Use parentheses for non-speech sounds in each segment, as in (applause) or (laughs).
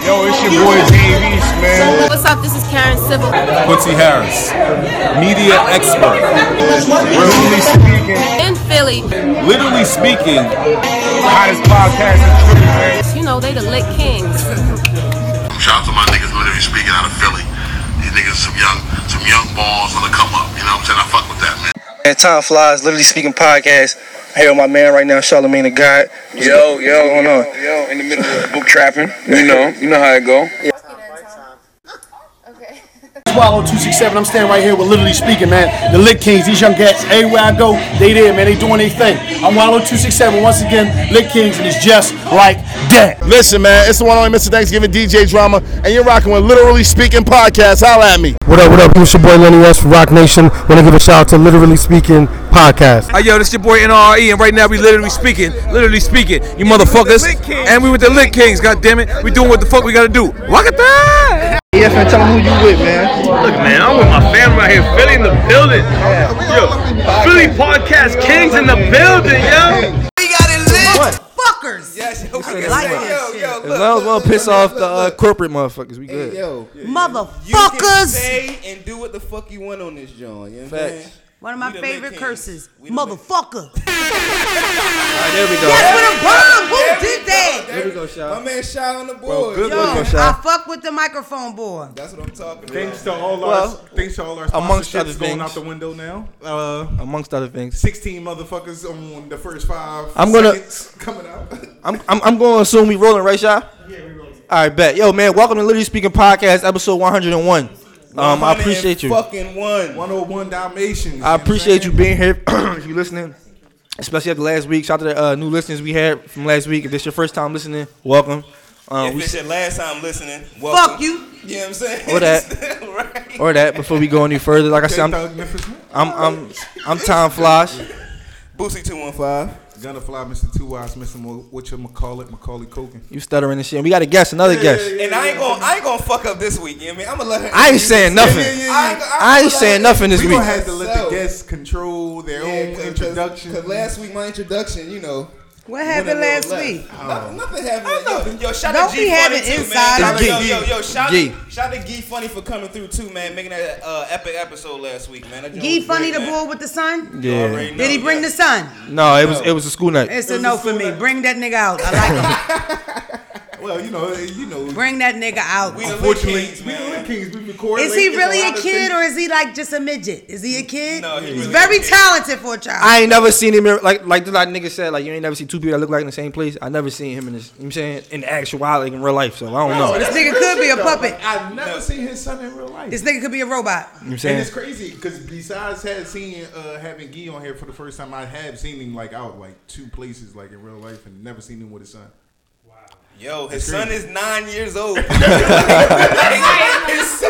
Yo, it's your boy Dave East, man. What's up? This is Karen Civil. Quincy Harris, media expert. Literally speaking, In Philly, Literally speaking, hottest podcast in Philly, man. you know, they the lit kings. Shout out to my niggas literally speaking out of Philly. These niggas some young some young balls on the come up. You know what I'm saying? I fuck with that man. And Time Flies, Literally Speaking Podcast. I'm here with my man right now, Charlemagne the God. Yo, yo, going yo, on? yo, in the middle of book trapping. You know, you know how it go. Swallow 267. I'm standing right here with Literally Speaking, man. The Lit Kings, these young cats, everywhere I go, they there, man. They doing their thing. I'm Wallow 267 once again, Lit Kings, and it's just like that. Listen, man, it's the one only Mr. Thanksgiving DJ Drama, and you're rocking with Literally Speaking Podcast. Holla at me. What up, what up? It's your boy Lenny S from Rock Nation. Want to give a shout out to Literally Speaking Podcast. Hey, yo, this your boy NRE, E. and right now we literally speaking, literally speaking, you motherfuckers. And we with the Lit Kings, god damn it. We doing what the fuck we gotta do. Rock it that! Look, man, I'm with my family out here, Philly in the building. Yo, Philly Podcast Kings in the building, yo. We got it lit, fuckers. like this shit. as long as we don't piss off the uh, corporate motherfuckers, we good. Motherfuckers. and do what the fuck you want on this, John. You know what Facts. One of my favorite Kings. curses. We the (laughs) Motherfucker. There we go. That's with a bomb. Who did that? There we go, Shaw. My man shot on the Bro, board. good looking, I Shaw. fuck with the microphone boy. That's what I'm talking Thanks to all our, Well, thanks to all our amongst sponsorships other going things. out the window now. Uh, Amongst other things, 16 motherfuckers on the first five I'm gonna- seconds coming out. (laughs) I'm I'm, I'm going to assume we rolling, right, Shaw? Yeah, we rolling. All right, bet. Yo, man, welcome to Literally Speaking Podcast, episode 101. Um, I appreciate you. Fucking one. 101 Dalmatians. I appreciate you being here. (clears throat) if you listening, especially after last week. Shout out to the uh, new listeners we had from last week. If this your first time listening, welcome. Um, If we, it's your last time listening, welcome. Fuck you. You know what I'm saying? (laughs) Or that. right. or that. Before we go any further, like I Okay, said, I'm Thugnificent. I'm I'm I'm Tom Flosh. Boosie 215. Gonna fly, Mr. Two Eyes, Mr. Mo- what you call it, Macaulay Culkin. You stuttering and shit. We got a guest, another guest. And I ain't gonna I ain't gonna fuck up this week, you know what I mean? I'm gonna let her I ain't saying nothing. I ain't saying nothing this we week. gonna have to let So- the guests control their own introduction. Because last week, my introduction, you know. What happened last week? Oh. Nothing, nothing happened. Yo, yo, shout Don't to be G having Funny too, inside man. G. Yo, yo, yo, shout, G. shout to Gee Funny for coming through too, man. Making that uh, epic episode last week, man. That joint Gee was funny great, the man. boy with the sun? You Yeah. already know, Did he bring yeah. the sun? No, it was it was a school night. It's a no for me. Bring that nigga out. I like him. Well, you know, you know. Bring that nigga out. We the Lit Unfortunately, Kings, we man. the Kings. We record. Is late, he there's really lot a of kid things- or is he like just a midget? Is he a kid? No, he He's really very a kid. talented for a child. I ain't never seen him in- like like that nigga said like you ain't never seen two people that look like in the same place. I never seen him in this. You know what I'm saying in actuality like in real life. So I don't know. You know this nigga could be a puppet. I've never seen his son in real life. This nigga could be a robot. what I'm and saying it's crazy because besides had seen uh, having Gee on here for the first time, I have seen him like out like two places like in real life and never seen him with his son. Yo, his son crazy. is nine years old. his son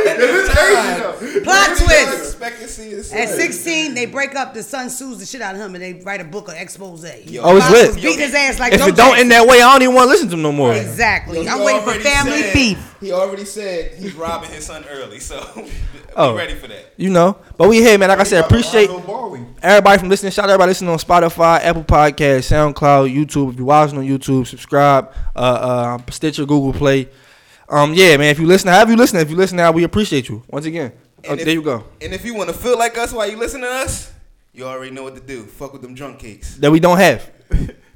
is nine. Plot I twist. expect to see his son. At 16, they break up. The son sues the shit out of him, and they write a book of expose. Yo, Oh, it's lit. Beating his ass like if Joe it don't Jackson. end that way, I don't even want to listen to him no more. Exactly. He I'm waiting for already family said- beef. He already said he's robbing his son early, so (laughs) Oh. be ready for that. You know, but we here, man. Like I said, appreciate Arlo Baldwin. everybody from listening. Shout out to everybody listening on Spotify, Apple Podcast, SoundCloud, YouTube. If you're watching on YouTube, subscribe, uh, uh, Stitcher, Google Play. Um, yeah, man. If you listen, however you listen, if you listen now, we appreciate you once again. Oh, And if- there you go. And if you want to feel like us while you listen to us, you already know what to do. Fuck with them drunk cakes. That we don't have.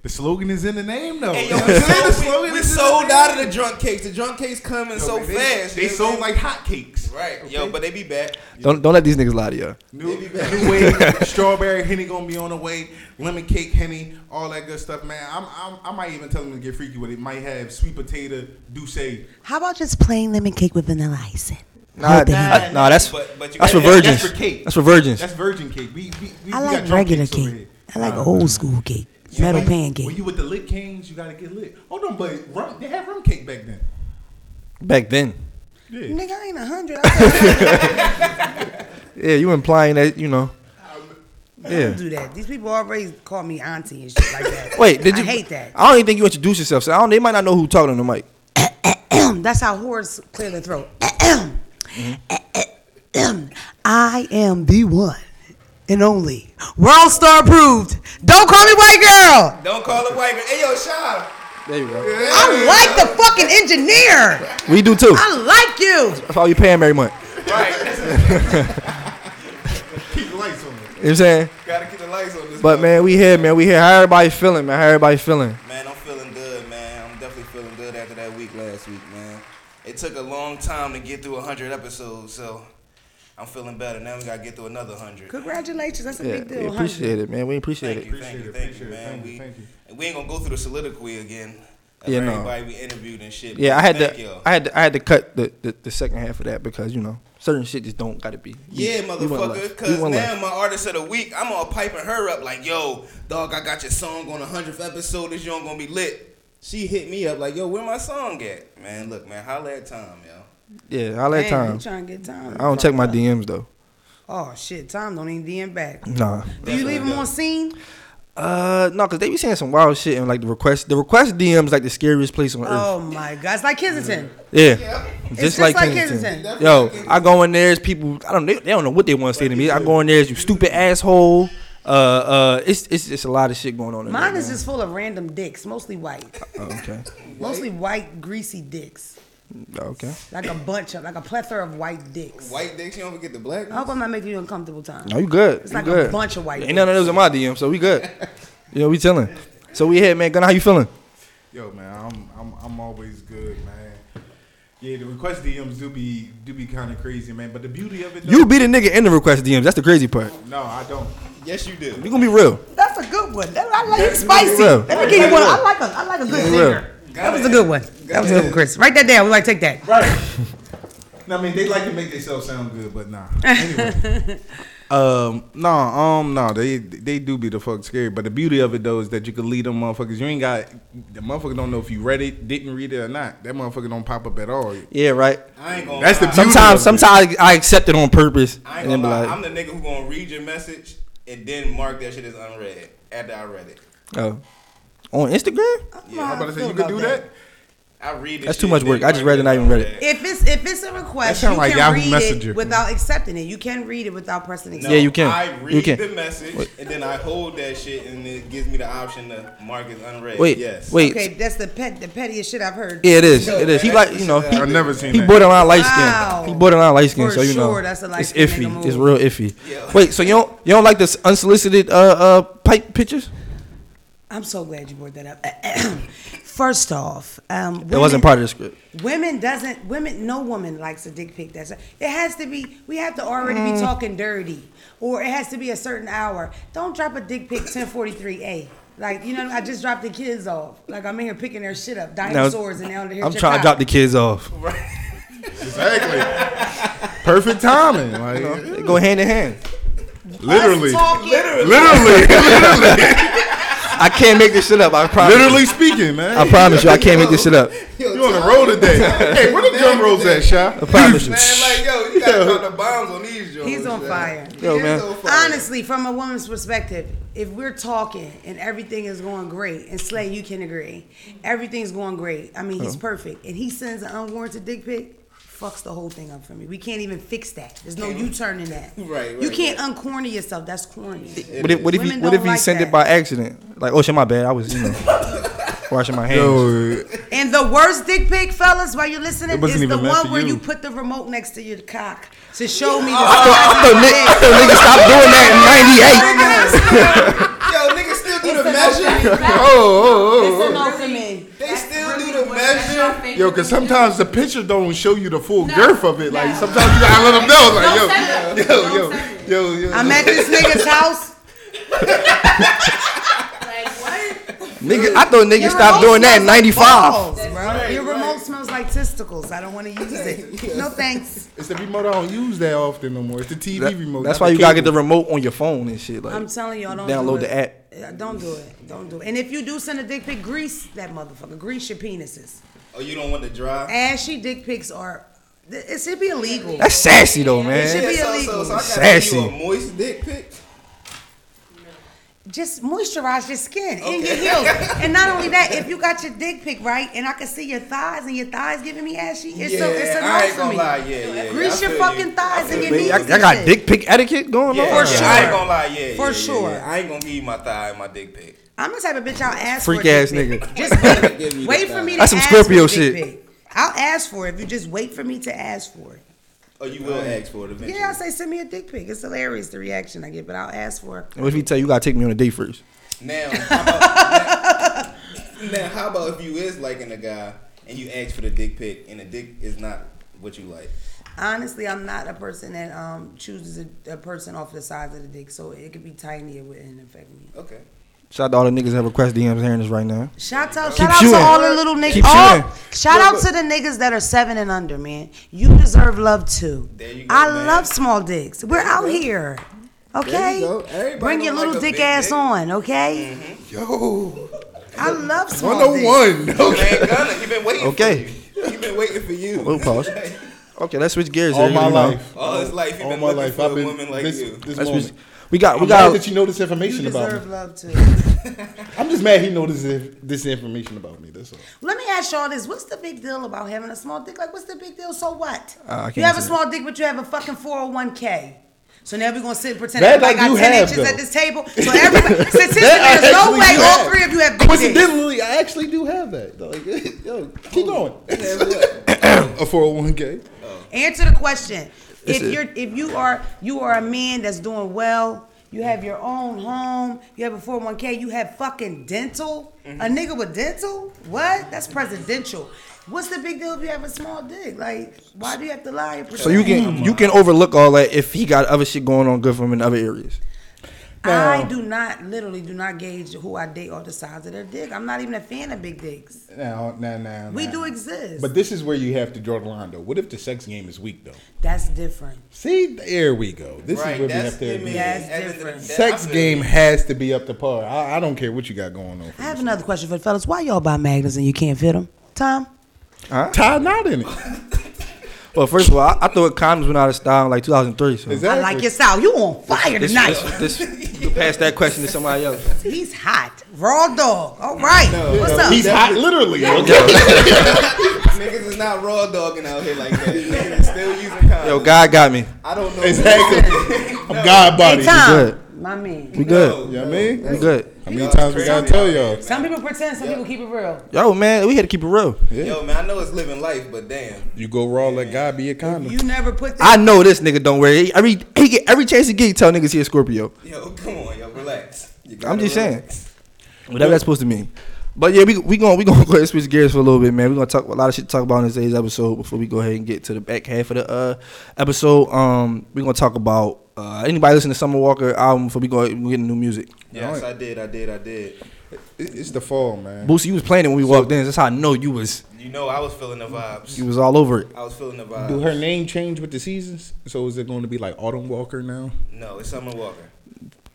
The slogan is in the name though. Hey, yo, we You know what I'm saying? The sold, we, slogan we is in the sold name. out of the drunk cakes. The drunk cakes coming so They- fast. (laughs) They you know sold what like hotcakes. I'm saying? right, yo, but they be back. Don't don't let these niggas lie to you. New, new wave, strawberry henny gonna be on the way. Lemon cake henny, all that good stuff, man. I'm, I'm I might even tell them to get freaky with it. Might have sweet potato douce. How about just plain lemon cake with vanilla icing? Nah, Hold nah, on. nah, that's But- but you that's for gotta- virgins. That's for cake. That's for virgins. That's virgin cake. We, we, we, I we got like drunk regular cakes over here. cake. I like old school cake. Metal when you- pancake. When you with the lit kings, you gotta get lit. Hold on, but rum, they had rum cake back then. Back then. Nigga, I ain't a hundred. I Yeah, you implying that you know. don't Yeah. do that. These people already call me auntie and shit like that. Wait, did you? I hate that. I don't even think you introduced yourself. So I don't. They might not know who talking on the mic. (clears throat) That's how whores clear their throat. (clears throat) I am the one and only world star approved. Don't call me white girl. Don't call it white girl. Hey, yo, Sean. There you go. I like the fucking engineer. We do too. I like you. That's all you paying every month. (laughs) Keep the lights on. it. You know what I'm saying? Gotta keep the lights on this. But man, we here, man. We here. How everybody feeling, man? How everybody feeling? Man, I'm feeling good, man. I'm definitely feeling good after that week last week, man. It took a long time to get through 100 episodes, so I'm feeling better. Now we got to get through another 100. Congratulations. That's a Yeah, big deal. we huh? appreciate it, man. We appreciate Thank it. you, thank you, thank you, man. We we ain't going to go through the soliloquy again. of Yeah, no. everybody we interviewed and shit. Yeah, but I had thank to, y'all. I had to, I had to cut the, the, the second half of that because you know certain shit just don't gotta be. We- Yeah, we went motherfucker. left. We Because went now left. my artist of the week, I'm all piping her up like, yo, dog, I got your song on the 100th episode. This joint going to be lit. She hit me up like, yo, where my song at? Man, look, man, holla at Tom, yo. Yeah, all that Damn, time. you tryna get time. I don't check my DMs though. Oh shit, Tom don't even DM back. Nah. Do you leave him on scene? Uh, no, cause they be saying some wild shit and like the request, the request DMs like the scariest place on earth. Oh my god, it's like Kensington. Yeah. It's Just, just like, like Kensington. Kensington. Yo, I go in there as people. I don't. They, they don't know what they want to say to me. I go in there as you stupid asshole. Uh, uh, it's it's just a lot of shit going on. In there, Mine is man. just full of random dicks, mostly white, (laughs) Oh, okay. Oh, mostly white greasy dicks, Okay. like a bunch of, like a plethora of white dicks. White dicks, you don't forget the black. I hope I'm not making you uncomfortable, Tom. No, you good. It's you like good. a bunch of white. Ain't none of those in my DM, so (laughs) we good. you know, we chilling. So we here, man. Gunna, how you feeling? Yo, man, I'm I'm I'm always good, man. Yeah, the request DMs do be do be kind of crazy, man. But the beauty of it, though, You be the nigga in the request DMs. That's the crazy part. No, I don't. Yes, you do. You gonna be real. That's a good one. That- I like it spicy. Yeah. Let me give you one. I like a, I like a good Yeah. zinger. That was a good one. That was a good one, Chris. Write that down. We like take that. Right. No, I mean they like to make themselves sound good, but nah. Anyway. Um no um no they they do be the fuck scary but the beauty of it though is that you can lead them motherfuckers you ain't got the motherfucker don't know if you read it didn't read it or not that motherfucker don't pop up at all Yeah, right. I ain't gonna That's the lie. beauty Sometimes, of it. sometimes I accept it on purpose, I ain't and gonna then lie. be like, I'm the nigga who gonna read your message and then mark that shit as unread after I read it. oh, on Instagram. Yeah, I'm about to say you could do that. I read it. That's too much work. I just read it, and I even read it. If it's if it's a request, That sound you like can Yahoo read Messenger. it without accepting it. You can read it without pressing accept. Yeah, you can. I read You can. the message Wait. and then I hold that shit and it gives me the option to mark as unread. Wait, yes. wait. Okay, that's the pet the pettiest shit I've heard. Yeah, it is. It is. He like you know. He, I've never seen He that. borderline light Wow. skin. He borderline light skin. For So you know, sure, that's a light it's skin iffy. nigga It's real move. iffy. Wait, so you don't you don't like this unsolicited uh uh pipe pictures? I'm so glad you brought that up. (clears throat) First off, um, That wasn't part of the script. Women doesn't women no woman likes a dick pic. That's it has to be we have to already be Mm. talking dirty or it has to be a certain hour. Don't drop a dick pic 1043A. Like you know I just dropped the kids off. Like I'm in here picking their shit up. Dinosaurs and down here. I'm trying to drop the kids (laughs) off. Perfect timing. Like they go hand in hand. Literally. talking. Literally. (laughs) Literally. I can't make this shit up. I promise. Literally speaking, man. I promise you, I can't make this shit up. You on a roll (laughs) today? hey, where the drum rolls at, Sha? I promise you. yo, you gotta (laughs) drop the bombs on these joints. He's on fire. Yo, man. Honestly, from a woman's perspective, if we're talking and everything is going great, and Slay, you can agree, everything's going great. I mean, Oh. he's Uh-huh. perfect, and he sends an unwarranted dick pic, fucks the whole thing up for me. We can't even fix that. There's no Can't- U turn in that. Right, you right, can't uncorny yourself. That's corny. What if what if he Women what if don't he like sent that. it by accident? Like, oh shit, my bad. I was you know washing my hands. Yo, And the worst dick pic, fellas, while you're listening, It wasn't is the even meant one for where you. you. put the remote next to your cock to show me the I thought, I thought, ni- I thought niggas stopped doing that in '98. Yo, niggas still do the (laughs) measure. Oh, oh, to me. They still do the measure. oh. Yo, cause sometimes the picture don't show you the full girth of it. Like sometimes you gotta let them know. Like yo, yo, yo, yo, yo. I'm at this nigga's house. Nigga, I thought niggas Your stopped remote doing that in smells like '95. balls, bro. Your remote smells like testicles. I don't want to use it. No thanks. It's the remote I don't use that often no more. It's the TV That- remote. That's not why you gotta get the cable. remote on your phone and shit. Like, I'm telling y'all, don't download do it. the app. Uh, Don't do it. Don't do it. And if you do send a dick pic, grease that motherfucker. Grease your penises. Oh, you don't want to dry? Ashy dick pics are. th- It should be illegal. That's sassy though, It should man. be so, illegal. so, so I got Sassy. you a moist dick pic. just moisturize your skin and your heels. (laughs) and not only that, if you got your dick pic right, and I can see your thighs and your thighs giving me ashy, it's so it's a I no ain't for gonna me. lie. Yeah, yeah, yeah. Grease I your feel fucking you. thighs and your knees. Y'all y'all got dick pic etiquette going Yeah, on. yeah, I ain't gonna lie. Yeah, For yeah, yeah, sure. yeah. I ain't gonna give you my thigh and my dick pic. I'm the type of bitch I'll ask Freak for. a ass dick pic. nigga. Just wait, Give me the wait for me to That's some ask Scorpio for a dick shit. pic. I'll ask for it if you just wait for me to ask for it. Oh, you will ask for it eventually. Yeah, I'll say send me a dick pic. It's hilarious the reaction I get, but I'll ask for it. What if he tell you, you gotta take me on a date first? Now, how about, now, how about if you is liking a guy and you ask for the dick pic and the dick is not what you like? Honestly, I'm not a person that um chooses a, a person off the size of the dick, so it could be tiny. It wouldn't affect me. Okay. Shout out to all the niggas that request DMs hearing this right now. Shout out, Keep shout out to shooting. all the little niggas. Keep all- shooting. shout out to the niggas that are seven and under, man. You deserve love too. I love small dicks. We're out here. Okay? go. Everybody Bring your don't little like a dick big ass dick. Mm-hmm. on, okay? Yo. I love small dicks. 101. Okay. Man, Gunna, he been waiting. Okay. For you. He been waiting for you. We'll pause. Okay, let's switch gears. All here, my you know. life. All his life, he All been my looking life, for I've a been woman like this, you. This That's moment. what- we got- we I'm glad got- that you know this information You about deserve me. love too. I'm just mad he knows this, this information about me. That's all. Let me ask y'all this: What's the big deal about having a small dick? Like, what's the big deal? So what? Uh, I can't you have a answer small dick, but you have a fucking four hundred one k. So now we're gonna sit and pretend That everybody like got you ten have, inches at though. this table. (laughs) So everybody, statistically, That I there's actually no way do all have. three of you have big dicks. Coincidentally, I actually do have that. Like, (laughs) yo, keep going. (coughs) a 401k. Answer the question: If It's a- you're, if you are, you are a man that's doing well. You have your own home. You have a four hundred one k. You have fucking dental. A Mm-hmm. nigga with dental? What? That's presidential. What's the big deal if you have a small dick? Like, why do you have to lie? and So you pretend? can you can overlook all that if he got other shit going on good for him in other areas. I do not literally do not gauge who I date or the size of their dick. I'm not even a fan of big dicks. Now, now, now. We now. do exist. But this is where you have to draw the line, though. What if the sex game is weak, though? That's different. See, there we go. This Right, is where we that's have to. the agree. man. That's At the end of the different. day, Sex I feel game you. has to be up to par. I, I don't care what you got going on. I have another question for the fellas. Why y'all buy magnets and you can't fit them? Tom? Huh? Tie a knot in it. (laughs) Well, first of all, I, I thought condoms went out of style in like 2003. So I like your style. You on fire This- tonight. This, this, you pass that question to somebody else. He's hot. Raw dog. All right. What's up? He's hot, literally. Niggas is not raw dogging out here like that. (laughs) Niggas is still using condoms. Yo, God got me. I don't know. I'm God body. Hey, Tom. We good. My man. We good. Ah. You know what I mean? We good. How many times we gotta tell y'all? Some people pretend, some people keep it real. Yo, man, we had to keep it real. Yo, man, I know it's living life, but damn. You go raw, let God be a condom. You never put I know this nigga don't wear it. Every he get, every chance he get, he tell niggas he a Scorpio. Yo, come on, yo, relax. You I'm gotta just saying, relax. whatever that's supposed to mean. But yeah, we we gonna (laughs) we gonna go ahead and switch gears for a little bit, man. We are gonna talk a lot of shit to talk about in today's episode before we go ahead and get to the back half of the uh episode. Um, we are gonna talk about uh anybody listen to Summer Walker album before we go ahead and get into new music. Yes, I did, I did, I did. It- It's the fall, man. Boosie, you was playing it when we walked in. That's how I know you was You know, I was feeling the vibes. you was all over it. I was feeling the vibes. Do her name change with the seasons? So is it going to be like Autumn Walker now? No, it's Summer Walker.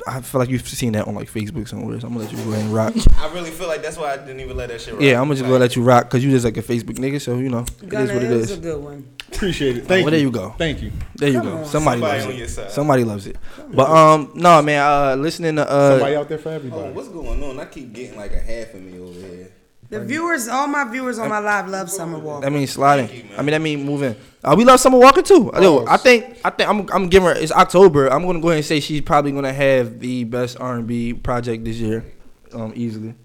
I feel like you've seen that on like Facebook somewhere. So I'm gonna let you go ahead and rock. I really feel like that's why I didn't even let that shit rock. Yeah, I'm gonna just gonna let you rock because you just like a Facebook nigga. So you know, it is Gunna, what it it was is. a good one. Appreciate it. Thank well, you. there you go. Thank you. There you Come go. on. Somebody, Somebody loves on your it. side. Somebody loves it. But um, no man, uh, listening to uh, Somebody out there for everybody. Oh, what's going on? I keep getting like a half of me over here. The viewers, all my viewers on my live love Summer Walker. That means sliding. I mean, that means moving. Uh, we love Summer Walker too. Yo, I think I think I'm I'm giving her. It's October. I'm gonna go ahead and say she's probably gonna have the best R&B project this year, um, easily.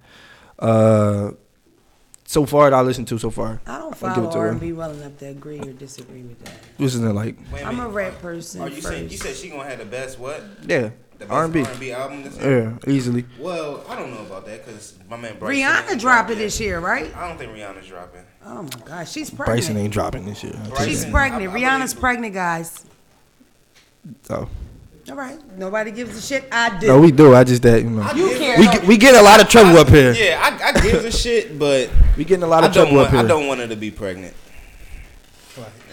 Uh, so far that I listened to so far. I don't I'll give it follow to her. R&B well enough to agree or disagree with that. This isn't like Wait I'm a minute. rap person Are Oh, you saying you first. said she gonna have the best what? yeah The best R&B. R&B album this Yeah, year? easily. Well, I don't know about that because my man Bryson Rihanna dropped ain't dropped it yet. this year, right? I don't think Rihanna's dropping. Oh my gosh, she's pregnant. Bryson ain't dropping this year. She's Bryson. pregnant. I- I Rihanna's pregnant, guys. So All right, nobody gives a shit. I do. no, we do. I just that you know. You care. We get, we get in a lot of trouble up here. Yeah, I, I give a shit, (laughs) but We getting a lot of I don't trouble want, up I here. don't want her to be pregnant.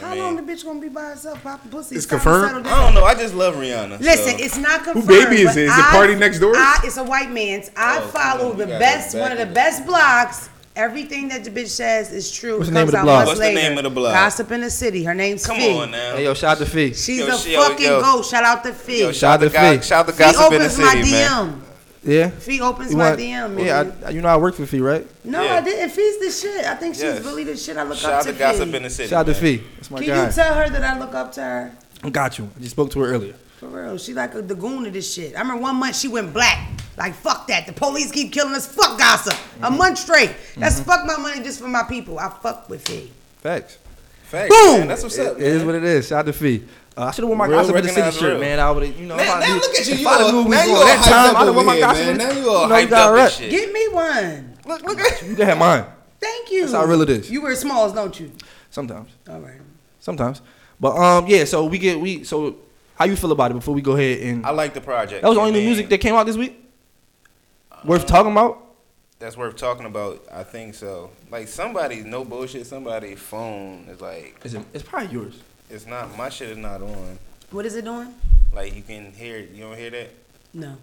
How long the bitch gonna be by herself popping pussy? It's Time to confirmed. settle down. I don't know. I just love Rihanna. Listen, so. it's not confirmed. baby is but it? Is it I- Party Next Door? I, it's a white man's. I follow the Oh, you gotta best, back one of it the best blogs. Everything that the bitch says is true. What's It the comes name of the out blog? months What's the later. name of the blog? Gossip in the City. Her name's Come Fee. on now. Hey yo, shout out to Fee. She's Yo, a she- yo, fucking yo. ghost. Shout out to Fee. Yo, shout out to Go- shout out to She Gossip in the opens my City, man. DM. Yeah. Fee opens You my want- DM, Yeah, man. I, you know I work for Fee, right? No, Yeah. I didn't. Fee's the shit. I think she's Yes. really the shit. I look Shout up out to. to Gossip Fee. in the City. Shout out to man. Fee. That's Oh my Can guy. you tell her that I look up to her? Got you. I just spoke to her earlier. For real, she like a, the goon of this shit. I remember one month she went black. Like fuck that. The police keep killing us. Fuck gossip. A Mm-hmm. month straight. That's fuck my money just for my people. I fuck with Fee. Facts. Facts. Boom. man. That's what's up. It is what it is. Shout out to Fee. Uh, I should have worn my Real gossip in the city recognize shirt, real. man. I would have, you know. Man, if I now knew- look at you. if You I all- knew we now was you going all that hyped time, up I'd have worn over my here, gossip. man. in the- Now you all no hyped up and direct. shit. Get me one. Look, look at You can have mine Thank you. That's how real it is. You wear smalls, don't you? sometimes. All right. Sometimes. But um, yeah. So we get we so how you feel about it before we go ahead and I like the project. that was the only man. new music that came out this week worth talking about. That's worth talking about. I think so. Like somebody's no bullshit. Somebody's phone is like. It's, it's probably yours. It's not. My shit is not on. What is it doing? Like you can hear. it. You don't hear that? No.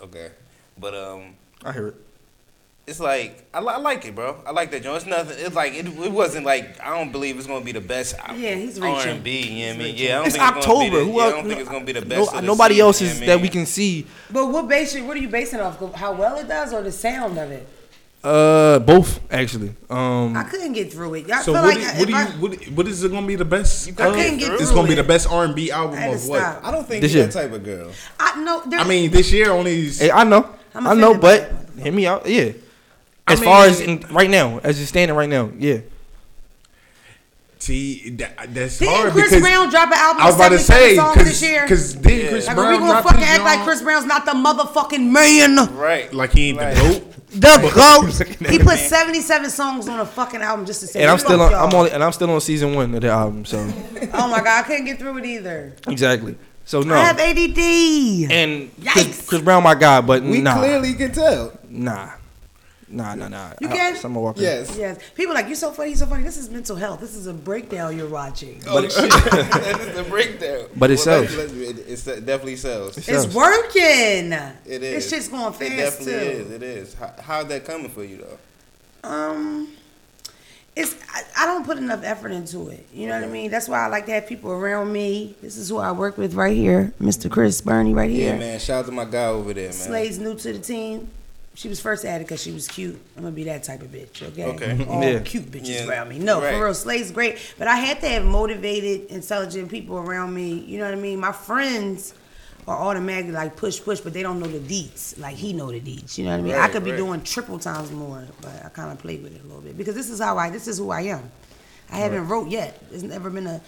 Okay. But um, I hear it. it's like I, li- I like it, bro. I like that joint. It's nothing. It's like it, it wasn't like I don't believe it's gonna be the best. uh, Yeah, he's R reaching. and B. You know what I mean? Yeah, I don't It's think it's gonna be October. the- Who yeah, I else? don't think it's gonna be the no- best. of the nobody season, else you is know what I that we mean? can see. But what base? What are you basing it off? of? How well it does or the sound of it? Uh, both actually. Um, I couldn't get through it. I So feel what, like do- I- what do if I- you what, what is it gonna be the best? I couldn't get it's through gonna be it. the best R and B album I had to of what? stop. I don't think This you year. that type of girl. I no. there- I mean, this year only. Hey, I know, I'm I know, offended but hear me out. Yeah, as far as in, right now, as you're standing right now, yeah. See, that, that's Didn't hard Chris because Brown drop an album? I was with about to 77 say songs this year. because then Chris like, Brown are we gonna dropped fucking his act like own- Chris Brown's not the motherfucking (laughs) man? Right. Like he ain't the goat. The goat. He put seventy-seven songs on a fucking album just to say. And I'm "Fuck still on. y'all." I'm only and I'm still on season one of the (laughs) album. So Oh my god, I couldn't get through it either. exactly. So no. I have ADD. And Chris, Chris Brown, my guy, but We nah, clearly- You can tell. nah, nah, nah, nah. You I- can. Summer Walker. Yes. People are like you're so funny. You're so funny. This is mental health. This is a breakdown you're watching. But shit. (laughs) that is the breakdown. But it Well, let's- sells. let's- It, it's- it definitely sells. It's working. It This is. shit's going fast It definitely too. is. It is. How, how's that coming for you though? Um, it's I, I don't put enough effort into it. You know what I mean? That's why I like to have people around me. This is who I work with right here, Mr. Chris Bernie, right Yeah, here. man. Shout out to my guy over there, man. Slade's new to the team. She was first added because she was cute. I'm gonna be that type of bitch, okay? Okay. All Yeah. cute bitches Yeah. around me. No, Right. for real, Slade's great. But I had to have motivated, intelligent people around me. You know what I mean? My friends are automatically like push, push, but they don't know the deets. Like he know the deets. You know what I mean? I Right, could be right. doing triple times more, but I kind of played with it a little bit because this is how I. This is who I am. I haven't Right. wrote yet. There's never been a.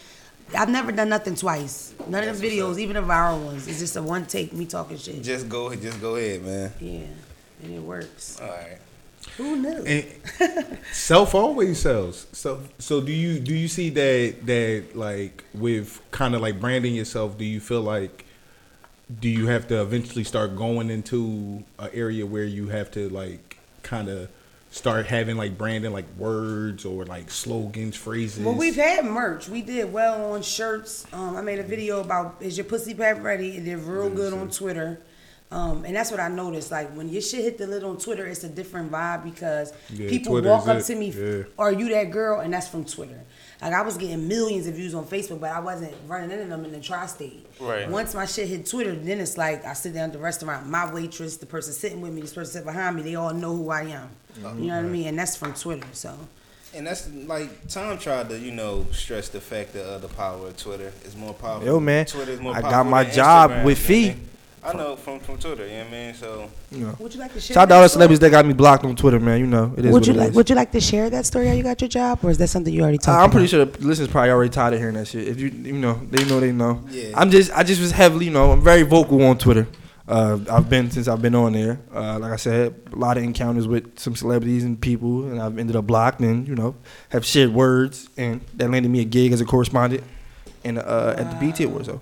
I've never done nothing twice. None of That's the what's videos, up. even the viral ones, it's just a one take me talking shit. Just go. Just go ahead, man. Yeah, and it works. All right. Who knew? (laughs) And self always sells. So so do you do you see that that like with kind of like branding yourself? Do you feel like do you have to eventually start going into an area where you have to like kind of start having like branding like words or like slogans, phrases? Well, we've had merch. We did well on shirts. Um, I made a video about is your pussy pad ready? It did real good on Twitter. Um, and that's what I noticed. Like when your shit hit the lid on Twitter, it's a different vibe because Yeah, people Twitter walk is up it. to me, Yeah. "Are you that girl?" And that's from Twitter. Like I was getting millions of views on Facebook, but I wasn't running into them in the tri-state. Right. Once my shit hit Twitter, then it's like I sit down at the restaurant, my waitress, the person sitting with me, this person sitting behind me, they all know who I am. Oh, You know what I Mhm. mean? And that's from Twitter. So. And that's like Tom tried to, you know, stress the fact that uh, the power of Twitter is more powerful. Yo, man, Twitter is more I got powerful my than job Instagram, with you know what I Fee. mean? I know from from Twitter. You know what I mean? So. You know. Would you like to share Shout out to that all the story? celebrities that got me blocked on Twitter, man. You know, it would is. what you it like? is. Would you like to share that story? How you got your job, or is that something you already talked? Uh, I'm pretty about? sure the listeners probably already tired of hearing that shit. If you you know they know they know. Yeah. I'm just I just was heavily you know I'm very vocal on Twitter. Uh, I've been since I've been on there. Uh, like I said, a lot of encounters with some celebrities and people, and I've ended up blocked and you know have shared words, and that landed me a gig as a correspondent and uh, at the BT Awards. So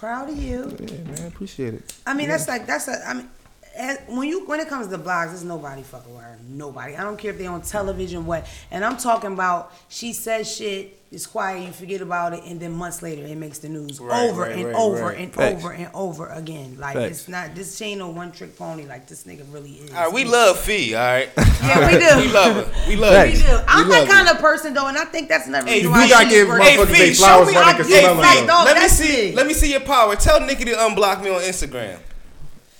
Proud of you. yeah, man, appreciate it. I mean, Yeah. that's like that's a. I mean, as, when you when it comes to blogs, there's nobody fucking where nobody. I don't care if they on television what. And I'm talking about she says shit, it's quiet, you forget about it, and then months later it makes the news Right, over right, and right, over right. and Facts. over and over again. Like Facts. it's not this ain't no one trick pony. Like this nigga really is. All right, we love Fee. (laughs) All right. Yeah, we do. we love her. We love her. We do. I'm We that love her. kind of person though, and I think that's another Hey, reason we why gotta she's give working. motherfuckers Hey, they Fee, flowers show me while they how can you smell 'em, like, though. Dog, Let me that's see. Let me see your power. Tell Nikki to unblock me on Instagram.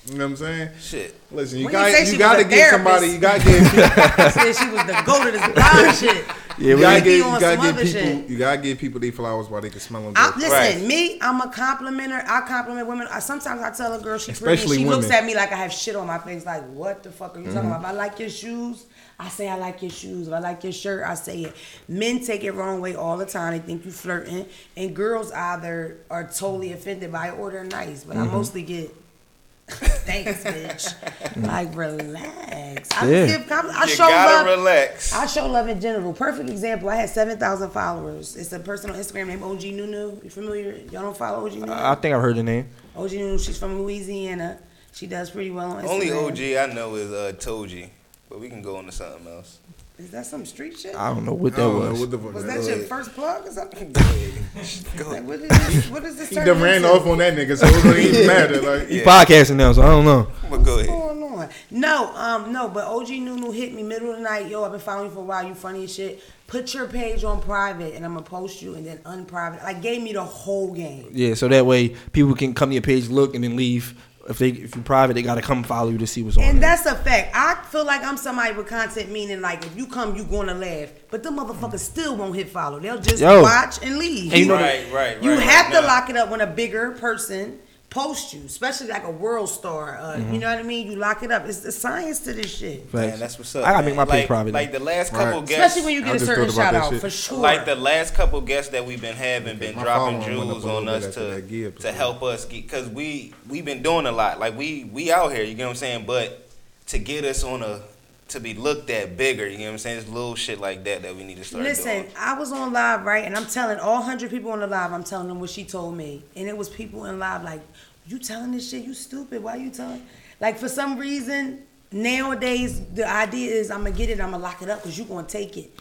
You know what I'm saying? Shit. Listen, you We didn't say got she you was got to a get somebody. You got to get. Said (laughs) she was the goat of this wild shit. Yeah, we you gotta didn't- get on you gotta some get other people shit. you (laughs) gotta give people their flowers while they can smell them. I, good. listen, me, I'm a complimenter. I compliment women. I, sometimes I tell a girl she's pretty. and Especially She looks women. at me like I have shit on my face. Like, what the fuck are you talking Mm-hmm. Mhm. about? If I like your shoes, I say I like your shoes. If I like your shirt, I say it. Men take it wrong way all the time. They think you flirting, and girls either are totally offended by it or they're nice. But Mm-hmm. Mhm. I mostly get. (laughs) Thanks, (laughs) bitch. like, relax. I Yeah. give compli- I You show gotta love. relax. I show love in general. Perfect example. I had seven thousand followers. It's a person on Instagram named OG Nunu. You familiar? Y'all don't follow OG Nunu? I think I've heard the name. OG Nunu. She's from Louisiana. She does pretty well on Instagram. Only OG I know is uh, Toji, but we can go into something else. Is that some street shit? I don't know what that was. Was that your first plug (laughs) or something? Like, what is this- what is this? He turn done ran into? off on that nigga, so it don't even matter. Like, (laughs) He podcasting now, so I don't know. But go ahead. going on? No, um, no, but OG Nunu hit me middle of the night. Yo, I've been following you for a while. You funny as shit. Put your page on private, and I'm gonna post you, and then unprivate. Like gave me the whole game. Yeah, so that way people can come to your page, look, and then leave. If they if you're private, they gotta come follow you to see what's on. And there. that's a fact. I feel like I'm somebody with content, meaning like if you come, you gonna laugh. But the motherfuckers still won't hit follow. They'll just Yo. watch and leave. And you know Right, that- right, You right, have right. to No. lock it up when a bigger person posts you, especially like a world star. Uh, You Mhm. know what I mean? You lock it up. It's the science to this shit. Man, that's what's up. I gotta man. make my page like, private. Like the last couple Right. guests, Especially when you get I a just certain thought about that shout-out, shit. for sure. Like the last couple guests that we've been having, been my dropping phone went up jewels a little on bit us after to that give, to help us because we we've been doing a lot. Like we we out here, you get what I'm saying. But to get us on a to be looked at bigger, you know what I'm saying. It's little shit like that that we need to start Listen, doing. I was on live, right? And I'm telling all 100 people on the live, I'm telling them what she told me. And it was people in live like, you telling this shit? You stupid. Why you telling? Like, for some reason, nowadays, the idea is I'm going to get it, I'm going to lock it up because you going to take it.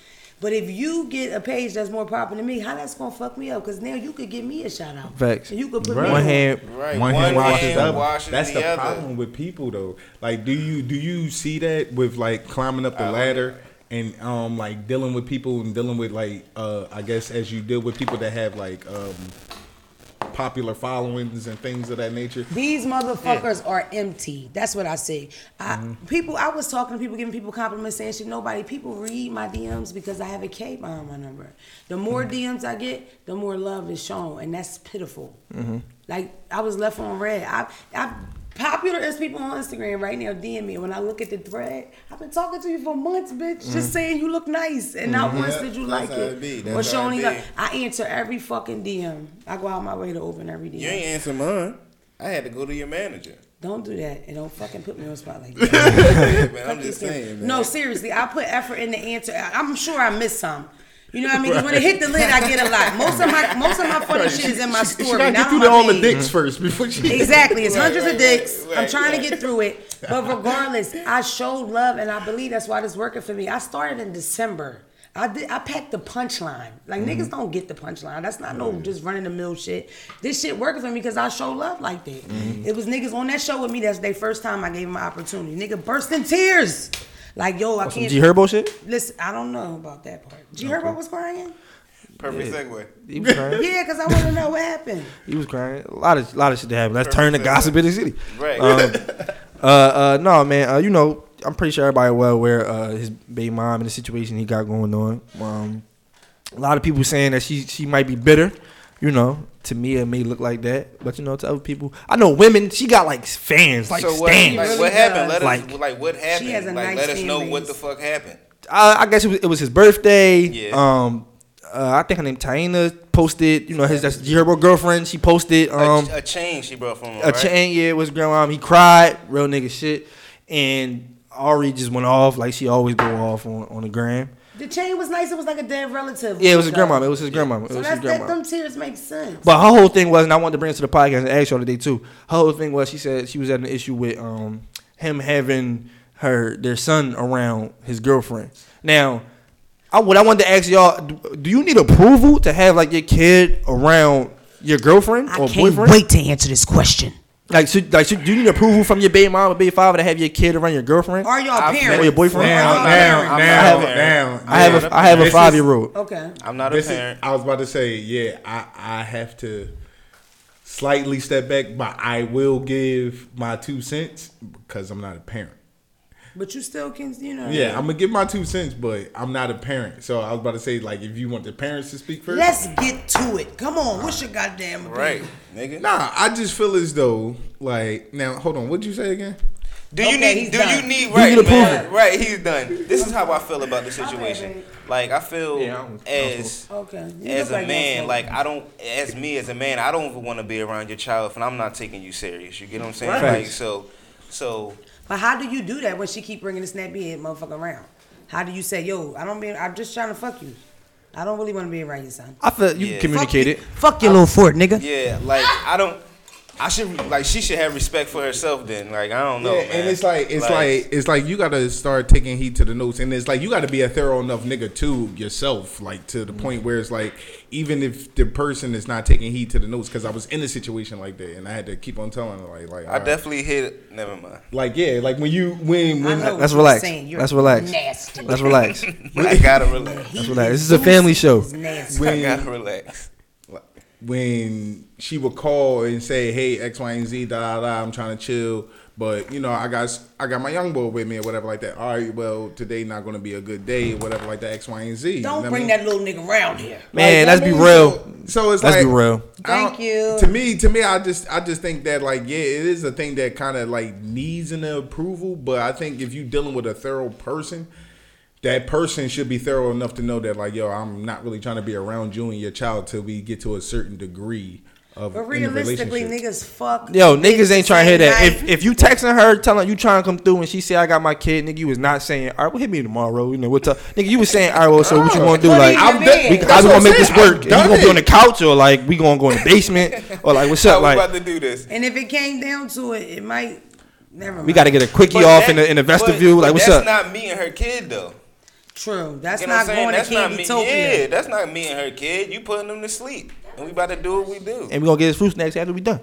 But if you get a page that's more proper than me, how that's going to fuck me up? Because now you could give me a shout out. Facts. And you could put Right. me One on. hand, Right. One, hand washes the other. That's the, problem with people though. Like, do you do you see that with like climbing up the ladder and um like dealing with people and dealing with like uh I guess as you deal with people that have like um popular followings and things of that nature. These motherfuckers are empty. That's what I say. I, Mm-hmm. People, I was talking to people, giving people compliments, saying shit. Nobody, people read my DMs because I have a K behind my number. The more Mm-hmm. DMs I get, the more love is shown, and that's pitiful. Mm-hmm. Mhm. Like I was left on red. I, I popular as people on Instagram right now DM me. When I look at the thread, I've been talking to you for months, bitch. Mhm. Just saying you look nice, and not Mhm. once Yeah, did you that's like how it be. it. That's Or how show it only be. love. I answer every fucking DM. I go out my way to open every DM. You ain't answer mine. I had to go to (laughs) your manager. Don't do that and don't fucking put me on the spot like that. Man, I'm just saying, man. No, seriously, I put effort in the answer. I- I'm sure I missed some. You know what I mean? 'Cause when it hit the lid, I get a lot. Most of my (laughs) most of my funny Right. shit is in my She- she story. gotta get not through on my the- all the page. dicks first before she. (laughs) Exactly, it's Right, hundreds right, of right, dicks. I'm right, trying right. to get through it, but regardless, I showed love, and I believe that's why this working for me. I started in December. I did. I packed the punchline. Like Mhm. niggas don't get the punchline. That's not no Right. just running the mill shit. This shit working for me because I show love like that. Mhm. It was niggas on that show with me. That's their first time I gave them an opportunity. Nigga burst in tears. Like yo, I Oh, some can't. G Herbo shit? Listen, I don't know about that part. G Okay. Herbo was crying. Perfect Yeah. segue. (laughs) He was crying. Yeah, because I want to know what happened. He was crying. A lot of lot of shit that happened. (laughs) Let's turn to gossip in the city. Right. Um, (laughs) uh, uh, no, man. Uh, you know, I'm pretty sure everybody well aware uh, his baby mom and the situation he got going on. Um, a lot of people saying that she she might be bitter. You know, to me it may look like that, but you know, to other people, I know women. She got like fans, like so what? stands. Like, what happened? Let us Like, like, what happened? has a like nice let us fan know base. what the fuck happened. Uh, I, I guess it was, it was his birthday. Yeah. Um, uh, I think her name Taina posted. You know, his that's G Herbo girlfriend. She posted. Um, a, a chain she brought from him, a right? chain, yeah, was grandma. He cried, real nigga shit. And Ari just went off like she always go off on, on the gram. The chain was nice. It was like a dead relative. Yeah, it was his though. grandma. It was his grandma. It So was that's his that. grandma. Them tears make sense. But her whole thing was, and I wanted to bring it to the podcast and ask y'all today too. Her whole thing was she said she was at an issue with um him having her their son around his girlfriend. Now, I what I wanted to ask y'all: do- Do you need approval to have like your kid around your girlfriend or can't Oh, boyfriend? wait to answer this question. Like, should, like, should, do you need approval from your baby mom or baby father to have your kid around your girlfriend? Are y'all I've parents? Or your boyfriend? Now, I now, have a- now, I have a- now, I have now. a, I have a This is- five year old. Okay. I'm not a This is- parent. I was about to say, yeah, I, I have to slightly step back, but I will give my two cents because I'm not a parent. But you still can, you know. Yeah, I'm gonna give my two cents, but I'm not a parent. So I was about to say, like, if you want the parents to speak 1st Let's get to it. Come on, what's your goddamn opinion? nigga. Nah, I just feel as though, like, now hold on, what'd you say again? Do you Okay, need? he's Do done. you need? You Right, can approve man. it. Right, he's done. This is how I feel about the situation. Like I feel as Okay. Oh, You as look like a you man, want like I don't, as me as a man, I don't want to be around your child if I'm not taking you serious. You get what I'm saying? Right. Like so, so But how do you do that when she keep bringing the snappy head motherfucker around? How do you say, yo, I don't be, I'm just trying to fuck you. I don't really want to be around your son. I feel you Yeah. can communicate it. Fuck your little fort, nigga. yeah, like I don't. I should like she should have respect for herself. Then like I don't know. yeah, and Oh, man. it's like it's like, it's like you gotta start taking heed to the notes, and it's like you gotta be a thorough enough nigga too yourself, like to the point where it's like even if the person is not taking heed to the notes, because I was in a situation like that, and I had to keep on telling her, like like I all right. definitely hit. Never mind. (laughs) like yeah, like when you when when know (laughs) Let's what you're relax. saying. You're Let's relax. nasty. Let's relax. I gotta relax. Let's relax. This is a family show. (laughs) I gotta relax. when she would call and say, "Hey, X, Y, and Z, da da da, I'm trying to chill, but you know, I got I got my young boy with me or whatever like that. All right, well, today not going to be a good day, whatever like that, X, Y, and Z. You know Don't what I bring mean? that little nigga around here. Man, Like, let's I be mean, real. So, so it's let's like, be real. I don't- Thank you. To me, to me, I just, I just think that like, yeah, it is a thing that kind of like needs an approval. But I think if you dealing with a thorough person, that person should be thorough enough to know that like, yo, I'm not really trying to be around you and your child till we get to a certain degree of But in the realistically, relationship. niggas fuck. Yo, niggas ain't trying to hear that. Right. If if you texting her, telling her you trying to come through, and she say I got my kid, nigga, you was not saying, all right, well hit me tomorrow. You know what? Nigga, you was saying, all right, well, so what you gonna do? Put it Like, in your I'm, bed. we, That's I'm what gonna I'm make this saying. work. And you gonna be on the couch, or like we gonna go in the basement, or like what's I was up? Like about to do this. And if it came down to it, it might. Never mind. we gotta get a quickie But off that- in the in the but- vestibule. but like what's that's up? not me and her kid though. True. That's You know what not I'm saying? going That's to not me. Candytopia. Yeah, that's not me and her kid. You putting them to sleep, and we about to do what we do. and we gonna get his fruit snacks after we done.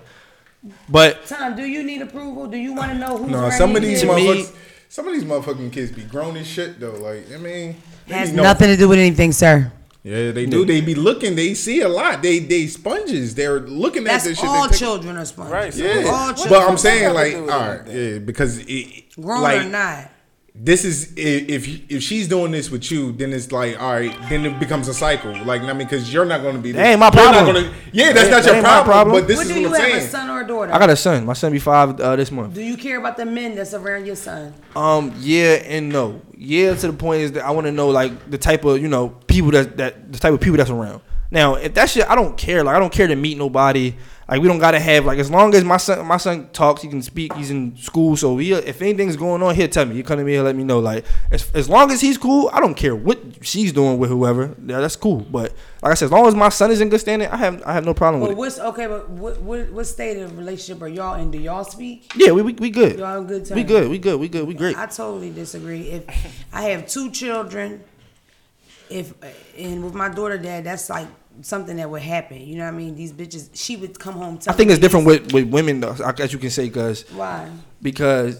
But Tom, do you need approval? Do you want to know who's No, around some of your these kid? motherfuckers, some of these motherfucking kids be grown as shit though. Like, I mean, they has be know- nothing to do with anything, sir. Yeah, they do. They be looking. They see a lot. They they sponges. They're looking That's at this shit. all they take- children are sponges. Right, so Yeah, All children. but I'm saying like, Grown all right, yeah, because it, or like, not. this is i- if you- if she's doing this with you, then it's like all right, then it becomes a cycle. Like I mean, because you're not going to be. That ain't my you're not problem. gonna- yeah, that's That- not that your ain't my problem, problem. But this What is do you what I'm have, a saying. son or a daughter? I got a son. My son be five uh, this month. Do you care about the men that's around your son? Um, yeah and no. Yeah, to the point is that I want to know like the type of you know people that that the type of people that's around. Now, if that shit, I don't care. Like I don't care to meet nobody. Like we don't gotta have like as long as my son my son talks, he can speak. He's in school, so he, if anything's going on, he'll tell me. He come to me, he'll let me know. Like as, as long as he's cool, I don't care what she's doing with whoever. Yeah, that's cool. But like I said, as long as my son is in good standing, I have I have no problem with But it. what's okay? But what, what what state of relationship are y'all in? Do y'all speak? Yeah, we we, we good. Y'all on good terms. We good. We good. We good. We great. I totally disagree. If I have two children, if and with my daughter dad, that's like something that would happen. You know what I mean? These bitches, she would come home. I telling think it's me different with, with women though, I guess you can say, because Why? because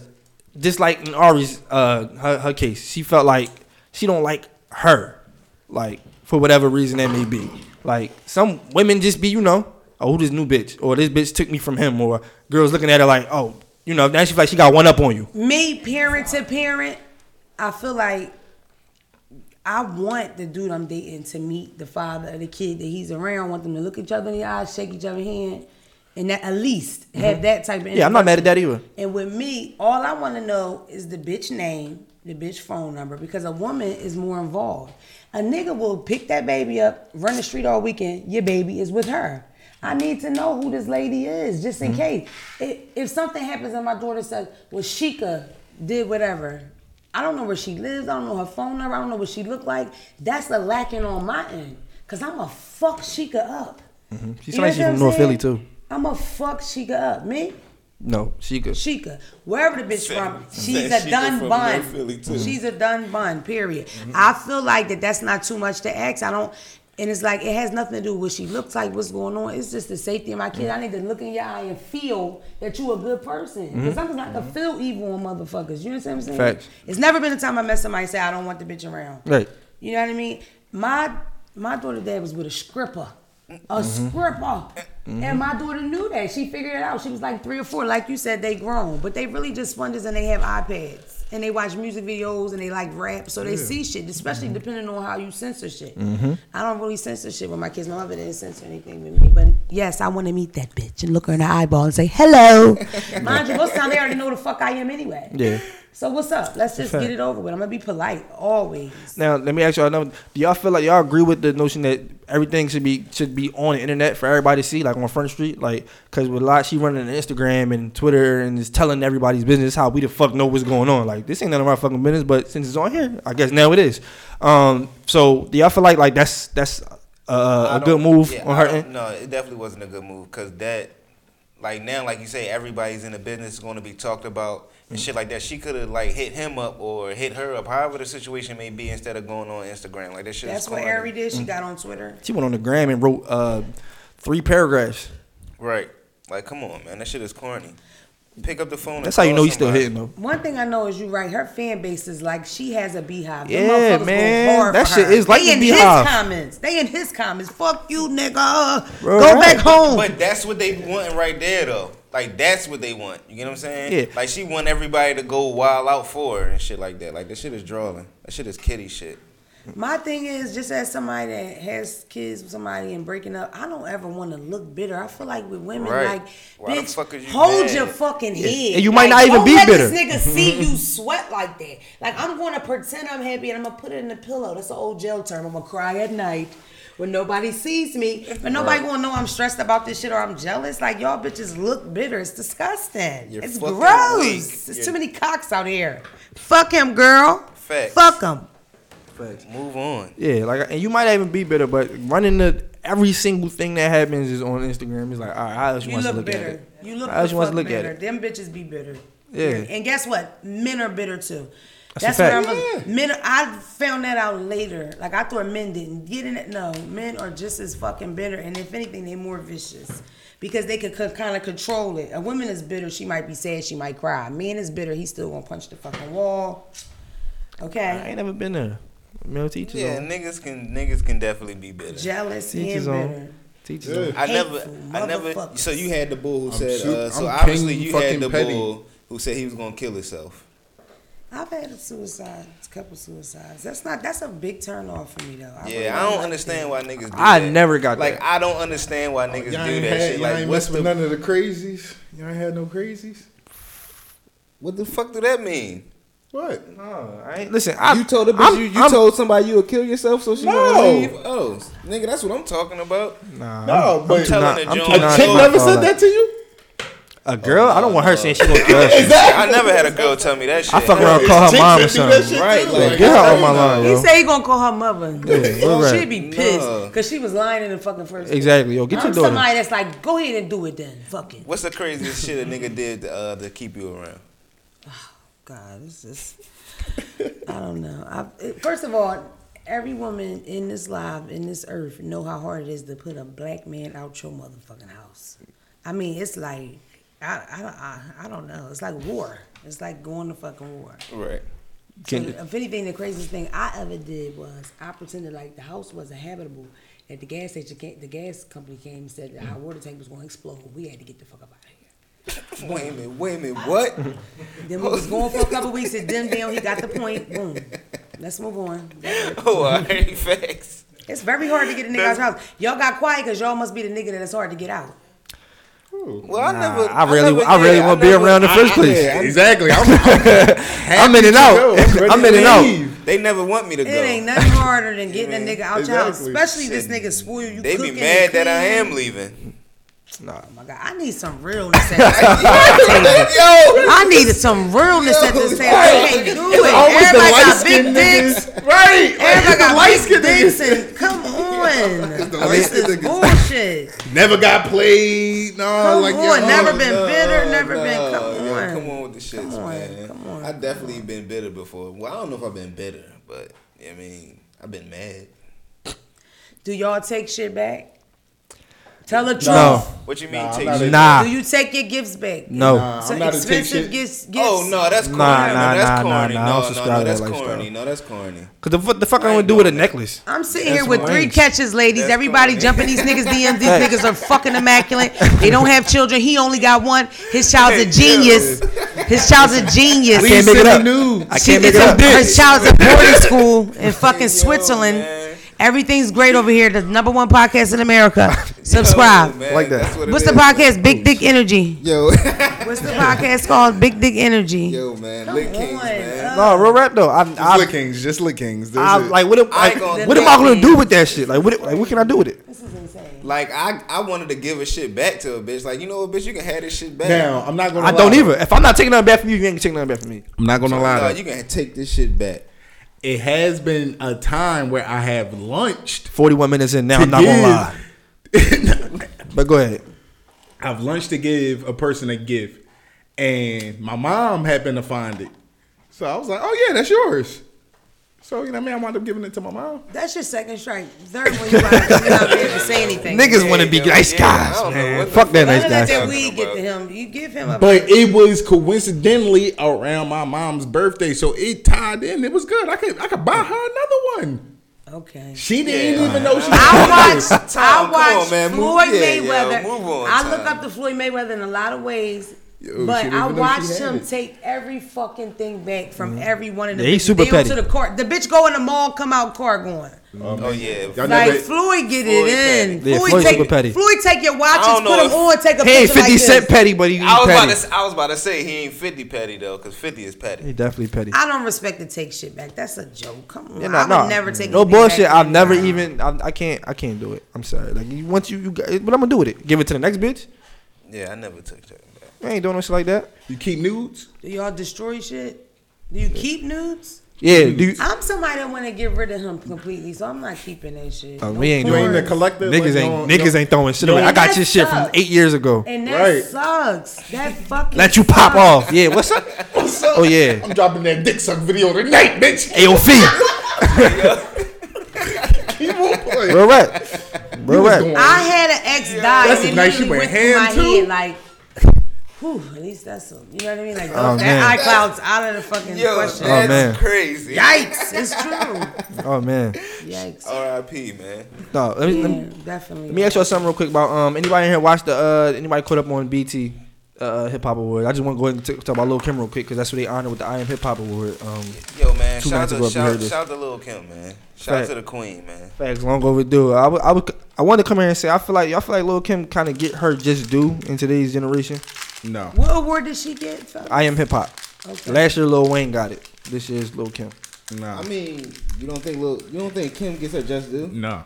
just like in Ari's uh her, her case, she felt like she don't like her, like for whatever reason that may be. Like some women just be, you know, oh who this new bitch or this bitch took me from him or girls looking at her like oh you know now she feel like she got one up on you. me parent to parent, I feel like I want the dude I'm dating to meet the father of the kid that he's around. I want them to look each other in the eyes, shake each other hand, and that at least have Mhm. that type of Yeah, I'm not mad at that introduction. either. And with me, all I want to know is the bitch name, the bitch phone number, because a woman is more involved. A nigga will pick that baby up, run the street all weekend. Your baby is with her. I need to know who this lady is, just in Mm-hmm. Mhm. case. If, if something happens and my daughter says, "Well, Sheikah did whatever," I don't know where she lives. I don't know her phone number. I don't know what she looked like. That's a lacking on my end, cause I'ma fuck Sheikah up. You She sound like she know what Mm-hmm. from I'm North saying? Philly too. I'ma fuck Sheikah up. Me. No, she good. Sheikah, wherever the bitch from, she's a said Sheikah done from bun. North Philly, too. She's a done bun. Period. I feel like that. That's not too much to ask. I don't. And it's like it has nothing to do with what she looks like, what's going on. It's just the safety of my kid. I need to look in your eye and feel that you a good person. Because Mhm. I'm not gonna feel evil on motherfuckers. You know what I'm saying? Facts. It's never been a time I met somebody and say I don't want the bitch around. Right. You know what I mean? My my daughter dad was with a stripper. a stripper. And my daughter knew that. She figured it out. She was like three or four. Like you said, they grown, but they really just wonders and they have iPads and they watch music videos and they like rap, so they Yeah. see shit. Especially depending on how you censor shit. Mhm. I don't really censor shit with my kids. My mother didn't censor anything with me, but yes, I want to meet that bitch and look her in the eyeball and say hello. Mind you, most time they already know the fuck I am anyway. Yeah. So what's up? Let's just get it over with. I'm gonna be polite always. Now let me ask y'all another. Do y'all feel like y'all agree with the notion that everything should be should be on the internet for everybody to see, like on Front Street, like because with a lot she running an Instagram and Twitter and is telling everybody's business how we the fuck know what's going on. Like this ain't none of our fucking business, but since it's on here, I guess now it is. Um, so do y'all feel like like that's that's uh, I a good don't- move yeah, on I her don't- end? No, it definitely wasn't a good move because that, like now, like you say, everybody's in the business is going to be talked about and shit like that. She could have like hit him up or hit her up, however the situation may be, instead of going on Instagram. Like that shit. That's is what corny. Ari did. Mm. She got on Twitter. She went on the gram and wrote uh, three paragraphs. Right. Like, come on, man. That shit is corny. Pick up the phone. and That's how you call know you still somebody. hitting though. One thing I know is you right. Her fan base is like she has a beehive. Them motherfuckers Yeah, go man. hard That for shit her. is like they the in beehive. his comments. They in his comments. Fuck you, nigga. Bro, go right. back home. But that's what they want right there, though. Like that's what they want. You get what I'm saying? Yeah. Like she want everybody to go wild out for her and shit like that. Like that shit is drawing. That shit is kitty shit. My thing is, just as somebody that has kids with somebody and breaking up, I don't ever want to look bitter. I feel like with women, Right. like, Why the bitch, fuck are you hold mad? your fucking Yeah. head. And you might Like, not even don't be let bitter. This (laughs) nigga see you sweat like that. Like I'm going to pretend I'm happy and I'm gonna put it in the pillow. That's an old jail term. I'm gonna cry at night. When nobody sees me, but nobody Right. gonna know I'm stressed about this shit or I'm jealous. Like y'all bitches look bitter. It's disgusting. You're it's fucking gross. weak. There's You're- too many cocks out here. Fuck him, girl. Facts. Fuck him. Move on. Yeah, like, and you might not even be bitter, but running the every single thing that happens is on Instagram. It's like, all right, I just You want to look look at bitter. it. You look I just the want fuck to look bitter. at it. Them bitches be bitter. Yeah. And guess what? Men are bitter too. That's, That's a where fact. I'm. Men. are- I found that out later. Like I thought men didn't get in it. No, men are just as fucking bitter, and if anything, they're more vicious because they could kind of control it. A woman is bitter. She might be sad. She might cry. A man is bitter. He's still gonna punch the fucking wall. Okay. I ain't never been there. Male teachers. Yeah, niggas can niggas can definitely be bitter. Jealous Teachers and on. bitter. Teachers on. I never, I never. So you had the bull I'm who said. su- uh, so I'm obviously king you fucking had the petty. bull who said he was gonna kill himself. I've had a suicide, a couple suicides. That's not. That's a big turn off for me though. I really Yeah, I don't understand why niggas. do I that. never got like, that. I don't understand why niggas do Y'all that ain't had, shit. y'all Like, ain't what's messed with the none of the crazies. Y'all ain't had no crazies. what the fuck do that mean? What? No, I ain't. Listen, I, you told a bitch I'm- you, you I'm- told somebody you would kill yourself, so she No. wanna leave. Oh, nigga, that's what I'm talking about. Nah, No, I'm, Oh, but- I'm too Telling not, the I'm joke. too A not chick about never all said that to you? A girl? I don't want her saying she (laughs) gonna kill herself. I never had a girl tell me that shit. I fuck around and call her mom or something. Right, Like, like, get her on my line, He yo. said he gonna call her mother. (laughs) Yeah, we're She'd right. be pissed No. because she was lying in the fucking first. place. Exactly, yo, get your I'm daughter. Somebody that's like, go ahead and do it then. Fuck it. What's the craziest shit a nigga did uh, to keep you around? God, this is. I don't know. I, it- first of all, every woman in this life, in this earth, know how hard it is to put a black man out your motherfucking house. I mean, it's like, I, I, don't- I, I don't know. It's like war. It's like going to fucking war. Right. So, Can- if anything, the craziest thing I ever did was I pretended like the house wasn't habitable. That the gas station, came, the gas company came and said that our water tank was going to explode. We had to get the fuck up out of here. Wait a minute, wait a minute, (laughs) what? Then we was going for a couple weeks. It dimmed down. He got the point. Boom. Let's move on. Oh, I already (laughs) facts. It's very hard to get a nigga out your house. Y'all got quiet because y'all must be the nigga that it's hard to get out. Well, I Nah, never. I really, never I really did. want to be never- around in the I- first I- place. yeah, I'm- I'm in and out. (laughs) (laughs) I'm in and out. They never want me to It go. ain't nothing harder (laughs) than getting a nigga out your house, Exactly. especially this nigga spoil you. They be cooking mad and that I cleaning. am leaving. (laughs) Nah. Oh my God, I need some realness at (laughs) this table. I needed some realness at this table. I can't do it. It's always the Everybody got big light-skinned dicks. niggas. Right. Everybody It's the got big light-skinned dicks. niggas. And come on. the This light-skinned is niggas. bullshit. Never got played. No, Come like on, yo, never no, been no, bitter, never no. been. Come Oh, yo, on. come on with the shits, Come on, man. I definitely been bitter before. Well, I don't know if I've been bitter, but I mean, I've been mad. Do y'all take shit back? Tell the truth. No. Ah. What you mean Nah, I'm take not shit? a- Nah. Do you take your gifts back? No. Nah, so I'm not a take expensive shit- gifts, gifts. Oh no, that's corny. Nah, nah, no, that's nah, nah, corny. nah, I No, don't no, subscribe no, to that's that lifestyle. corny. No, that's corny. Cause the fuck, the fuck I'm gonna do with a necklace? I'm sitting That's here with three lame. catches, ladies. Everybody jumping these niggas' DMs. (laughs) These Facts. niggas are fucking immaculate. They don't have children. He only got one. His child's a genius. His child's a genius. I can't make it up. I She- can't make it it's a- up. Her child's at boarding school in fucking Switzerland. Everything's great over here. The number one podcast in (laughs) America. Subscribe. like that. What's the podcast? Big Dick Energy. (laughs) Yo. What's the podcast called? Big Dick Energy. Yo, Oh, man. Lick Kings, man. No, real rap though. I, I, Lick Kings, just Lick Kings. That's I it. like what? Am, I like, ain't gonna what am lie. I gonna do with that shit? Like what? Like what can I do with it? Like I, I wanted to give a shit back to a bitch. Like you know what, bitch, you can have this shit back. Now, I'm not I don't either. If I'm not taking nothing back from you, you ain't taking nothing back from me. I'm not gonna lie. No, to you can take this shit back. It has been a time where I have lunched. Forty-one minutes in now. I'm not gonna lie. But go ahead. (laughs) I've lunched to give a person a gift, and my mom happened to find it. So I was like, "Oh yeah, that's yours." So you know, what I mean, I wound up giving it to my mom. That's your second strike. Third one, you not be able to say anything. Niggas want to be nice guys, man. Fuck that nice Let that guy. weed get to him. You give him a But it was coincidentally around my mom's birthday, so it tied in. It was good. I could I could buy her another one. Okay. She didn't even know (laughs) she. (laughs) I was watched. Tom, I come watched on, man. Move- Floyd yeah, yeah, Mayweather. move on, I look Tom. up to Floyd Mayweather in a lot of ways. Yo, but she didn't I even know she watched had him it. take every fucking thing back from every one of the Mm-hmm. Yeah, he's super deal petty. to the court. The bitch go in the mall, come out car going. Oh, yeah. Like Floyd get it in. petty. Yeah, Floyd take, super petty. Floyd take your I watches, don't put know them if- on, take a He ain't picture 50 like this. Cent petty, but he, he I was petty. about to, I was about to say he ain't fifty petty though, cause fifty is petty. he definitely petty. I don't respect to take shit back. That's a joke. Come on, Yeah, I nah, would nah. never take no anything back bullshit. from I've you. never even. I, I can't. I can't do it. I'm sorry. Like you, once you, you got, what I'm gonna do with it? Give it to the next bitch. Yeah, I never took that. back. I ain't doing no shit like that. You keep nudes? Do y'all destroy shit? Do you keep nudes? Yeah. Do you, I'm somebody that want to get rid of him completely, so I'm not keeping that shit. Oh, No we ain't porn. doing a collector, Niggas like, ain't no- niggas ain't throwing shit no- away. I got That your shit from sucks. eight years ago. And that sucks. That fucking Let you pop sucks. off. Yeah. What's (laughs) up? Oh yeah. I'm dropping that dick suck video tonight, bitch. AOF. Keep on playing. (laughs) Real rap. Real was (laughs) rap. going- I had an ex die. That's and it nice. literally You went through ham, too? Head, like, whew, at least that's some. You know what I mean? Like Oh, that man. iCloud's out of the fucking Yo, that's question. Oh, man. crazy. Yikes! It's true. Oh man. Yikes. Oh. R.I.P. Man. No. Let me, let me, Yeah, definitely. let me ask y'all something real quick about um anybody in here watch the uh anybody caught up on BT uh hip hop award. I just want to go ahead and t- talk about Lil Kim real quick because that's what they honored with the I Am Hip Hop award. Um. Yo, man. Two Shout minutes ago, to if you heard shout, this. shout to Lil Kim, man. Shout Fact. to the Queen, man. Facts, long overdue. I would, I would, I want to come here and say I feel like y'all feel like Lil Kim kind of get her just due in today's generation. No, What award did she get? fella? I am hip hop. Okay. Last year Lil Wayne got it. This year's Lil Kim. no, I mean, you don't think Lil, you don't think Kim gets her just due? no.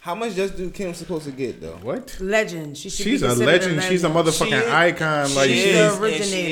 How much just due Kim supposed to get though? What? Legend. She should She's be a considered legend. She's a motherfucking She is- icon. Like she she's is, the and she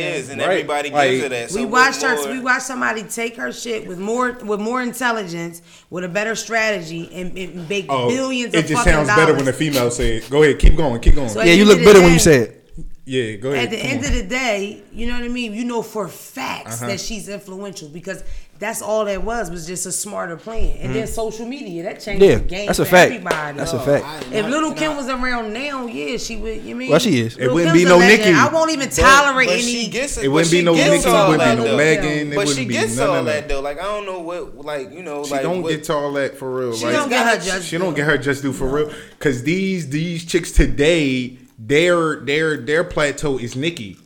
originator. is, and Right, everybody like- gives her that. So we what watched more- her. We watched somebody take her shit with more with more intelligence, with a better strategy, and, and make Oh, billions. it of just fucking sounds dollars. better when a female say it. Go ahead, keep going, keep going. So at Yeah, the you end look of the better when day- you say it. yeah, go ahead. At the come end on. of the day, you know what I mean. You know for facts Uh-huh. that she's influential because that's all that was was just a smarter plan. And then social media that changed Yeah, the game. that's a for fact. Everybody. That's a fact. If Little Kim was around now, yeah, she would. You mean? Well, she is. It Lil' wouldn't be Kim's a no legend. Nicki. I won't even But- tolerate but any. she gets It wouldn't but be she no gets Nicki, it all wouldn't be that, no though. Megan, it But she wouldn't be gets none all of that that. though. Like I don't know what, like you know, She like don't what, get to all that for real. She like, don't get her just She don't get her just due for real. Cause these these chicks today, their their their plateau is Nikki.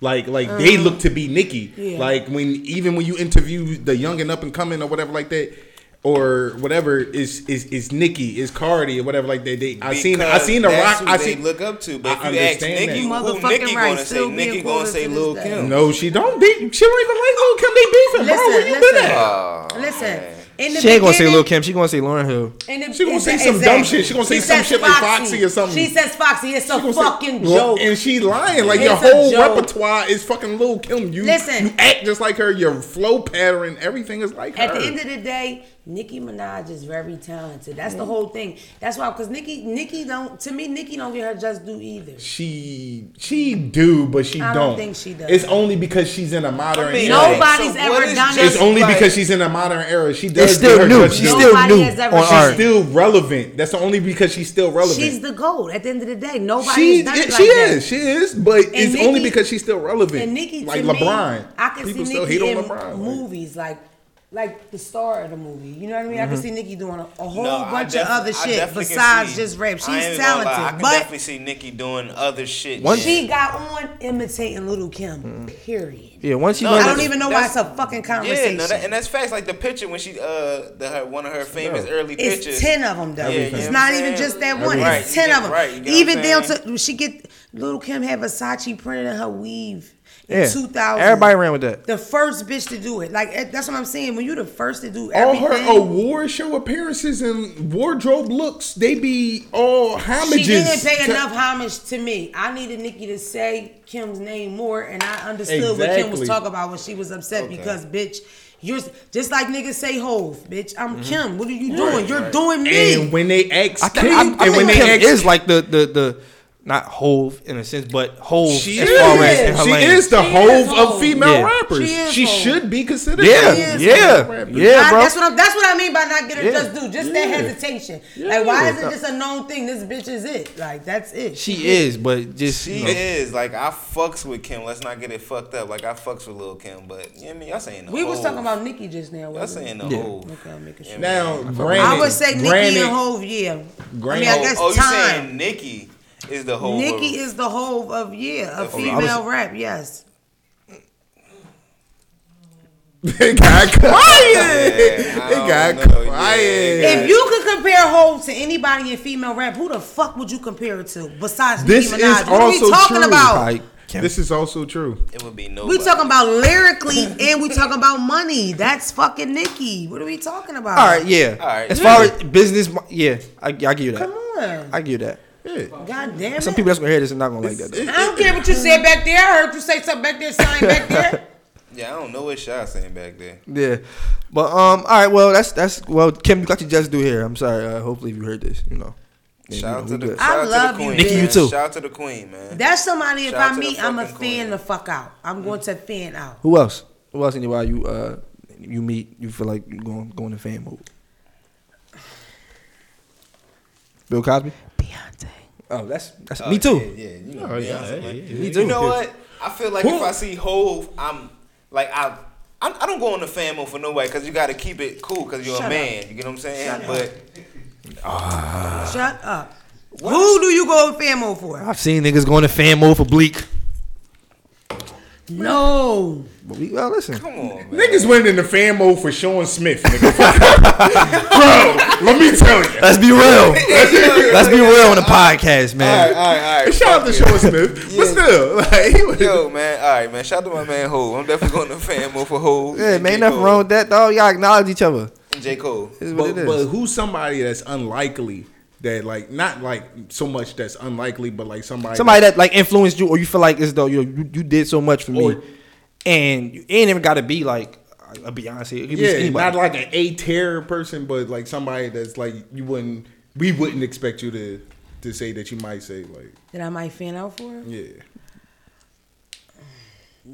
Like like they look to be Nikki. Mm. Yeah. Like when even when you interview the young and up and coming or whatever like that. Or whatever is is is Nicki is Cardi or whatever like that. They I seen I Because seen the that's rock who I they seen look up to. But I if you ask understand Nicki, that. who Motherfucking Nicki right, gonna still say? be Nicki gonna equivalent say to this Lil day. Kim. no she don't they, she don't even like Lil Kim they beefing bro where Listen, Ah, you been listen. at? Listen, in the She ain't gonna say beginning- Lil Kim. She gonna say Lauren Hill. In the, She gonna say exa- some dumb shit. She gonna say some says shit like Foxy or something. She says Foxy. It's a She gonna say- fucking Well, joke. And she lying. Like It's your a whole joke. repertoire is fucking Lil Kim. You Listen. you act just like her. Your flow pattern, everything is like At her. the end of the day, Nicki Minaj is very talented. That's the whole thing. That's why, because Nicki, Nicki don't. To me, Nicki don't get her just due either. She she do, but she I don't. don't think she does. It's only because she's in a modern. mean, era. Nobody's so ever what is done It's just only like- because she's in a modern era. She does It's still do her new. judgment. She's still Nobody new has ever on She's art. still relevant. That's the only because she's still relevant. She's the gold. At the end of the day, nobody's She's- done she it like is. She is. But it's only because she's still relevant. And Nikki, like to LeBron. me, I can People see still Nikki hate in on LeBron. movies, like like the star of the movie. You know what I mean? I Mhm. Mm-hmm. can see Nikki doing a, a whole No, I bunch def- of other I shit definitely can besides see- just rap. She's I ain't gonna lie, I talented, can but definitely see Nikki doing other shit. she got on imitating Little Kim. Mm. Period. Yeah, once you No, learn I that- don't even know why it's a fucking Yeah, conversation. no, that, and that's facts. Like the picture when she uh the, her, one of her famous early It's pictures. ten of them though. Yeah, you know it's what not I'm even saying? just that one. Right, It's ten you of them. get- right, you get what even I'm down saying? to she get little Kim had Versace printed in her weave in Yeah. two thousand. Everybody ran with that. The first bitch to do it. Like eh, that's what I'm saying. When you the first to do All everything, her award show appearances and wardrobe looks, they be all homages. she didn't pay to- enough homage to me. I needed Nikki to say Kim's name more, and I understood what Kim was Exactly. talking about when she was upset Okay. because bitch. You're s- just like niggas say hove, bitch. I'm Mhm. Kim. What are you Right, doing? You're right. doing me. And when they ask I think, Kim, I, I and think when they Kim ask- is like the the the not hove in a sense, but hove She as far as is. in her She lane. is the She is hove of hove. female Yeah. rappers. She is She hove. should be considered Yeah, hove. She is yeah, hove rappers. yeah, I- bro. That's what, I'm, that's what I mean by not getting Yeah. just do. Just Yeah. that hesitation. Like, why is Yeah. it just a known thing? This bitch is it. Like, that's it. She is, but just She you know, is like I fucks with Kim. Let's not get it fucked up. Like I fucks with Lil Kim, but you know what I mean, y'all saying the We was whole- talking about Nicki just now. Y'all wasn't saying we? the whole. Okay, I'm making sure. Now, I granted- would say Nicki granted- (laughs) and Hove, yeah. granted- I mean, I guess oh, you time. saying Nikki is the whole. Nicki is the Hove of yeah, of Oh, yeah. female I was- rap. Yes. It got quiet. Yeah, I it got don't know. Yeah, quiet. If you could compare Hove to anybody in female rap, who the fuck would you compare it to besides this Nicki is Minaj? What are we also talking true. about? this is also true. It would be no. We talking about lyrically and we talking about money. That's fucking Nikki. What are we talking about? all right, yeah. As far as business, yeah, I, I give you that. Come on. I give you that. God damn it. Some people that's gonna hear this and not gonna like that. I Though. don't care what you said back there. I heard you say something back there, sign back (laughs) there. Yeah, I don't know what y'all saying back there. Yeah, but um, all right. Well, that's that's well, Kim, you got your just do here. I'm sorry. Uh, hopefully, if you heard this, you know. Yeah, Shout out we to the, good. shout out to love the you, queen. Nikki, you man. too. Shout out to the queen, man. That's somebody. If Shout out I to the meet, I'm a fucking queen. fan the fuck out. I'm going to fan out. Who else? Who else? Anybody you uh you meet you feel like you going going to fan mode? Bill Cosby. Beyonce. Oh, that's that's me too. Yeah, yeah, you know, Oh, yeah, Beyonce, yeah, man. yeah, yeah. Me You too. know what? I feel like if Who? I see Hove, I'm like I. I I don't go on the fan mode for nobody because you got to keep it cool because you're Shut a up. man. You get what I'm saying? Shut up. but (laughs) Ah. Shut up. Who do you go in fan mode for? I've seen niggas going to fan mode for Bleak. No. But we well listen. Come on, Niggas went into fan mode for Sean Smith, nigga. (laughs) Bro, let me tell you. Let's be real. Let's be real on the podcast, man. all right, all right. Shout out to Sean Smith. But still, (laughs) like, he was- yo, man, all right, man. Shout out to my man Hove. I'm definitely going to fan mode for Hove. Yeah, and man, J. nothing Cole. wrong with that, dog. Y'all acknowledge each other. And J Cole. Is but, but who's somebody that's unlikely? That like not like so much that's unlikely, but like somebody Somebody that like influenced you, or you feel like is though you, you you did so much for me, Or- and you ain't even got to be like a Beyonce. It could be yeah, anybody. not like an a terror person, but like somebody that's like you wouldn't we wouldn't expect you to to say that you might say like That I might fan out for? Hmm? yeah.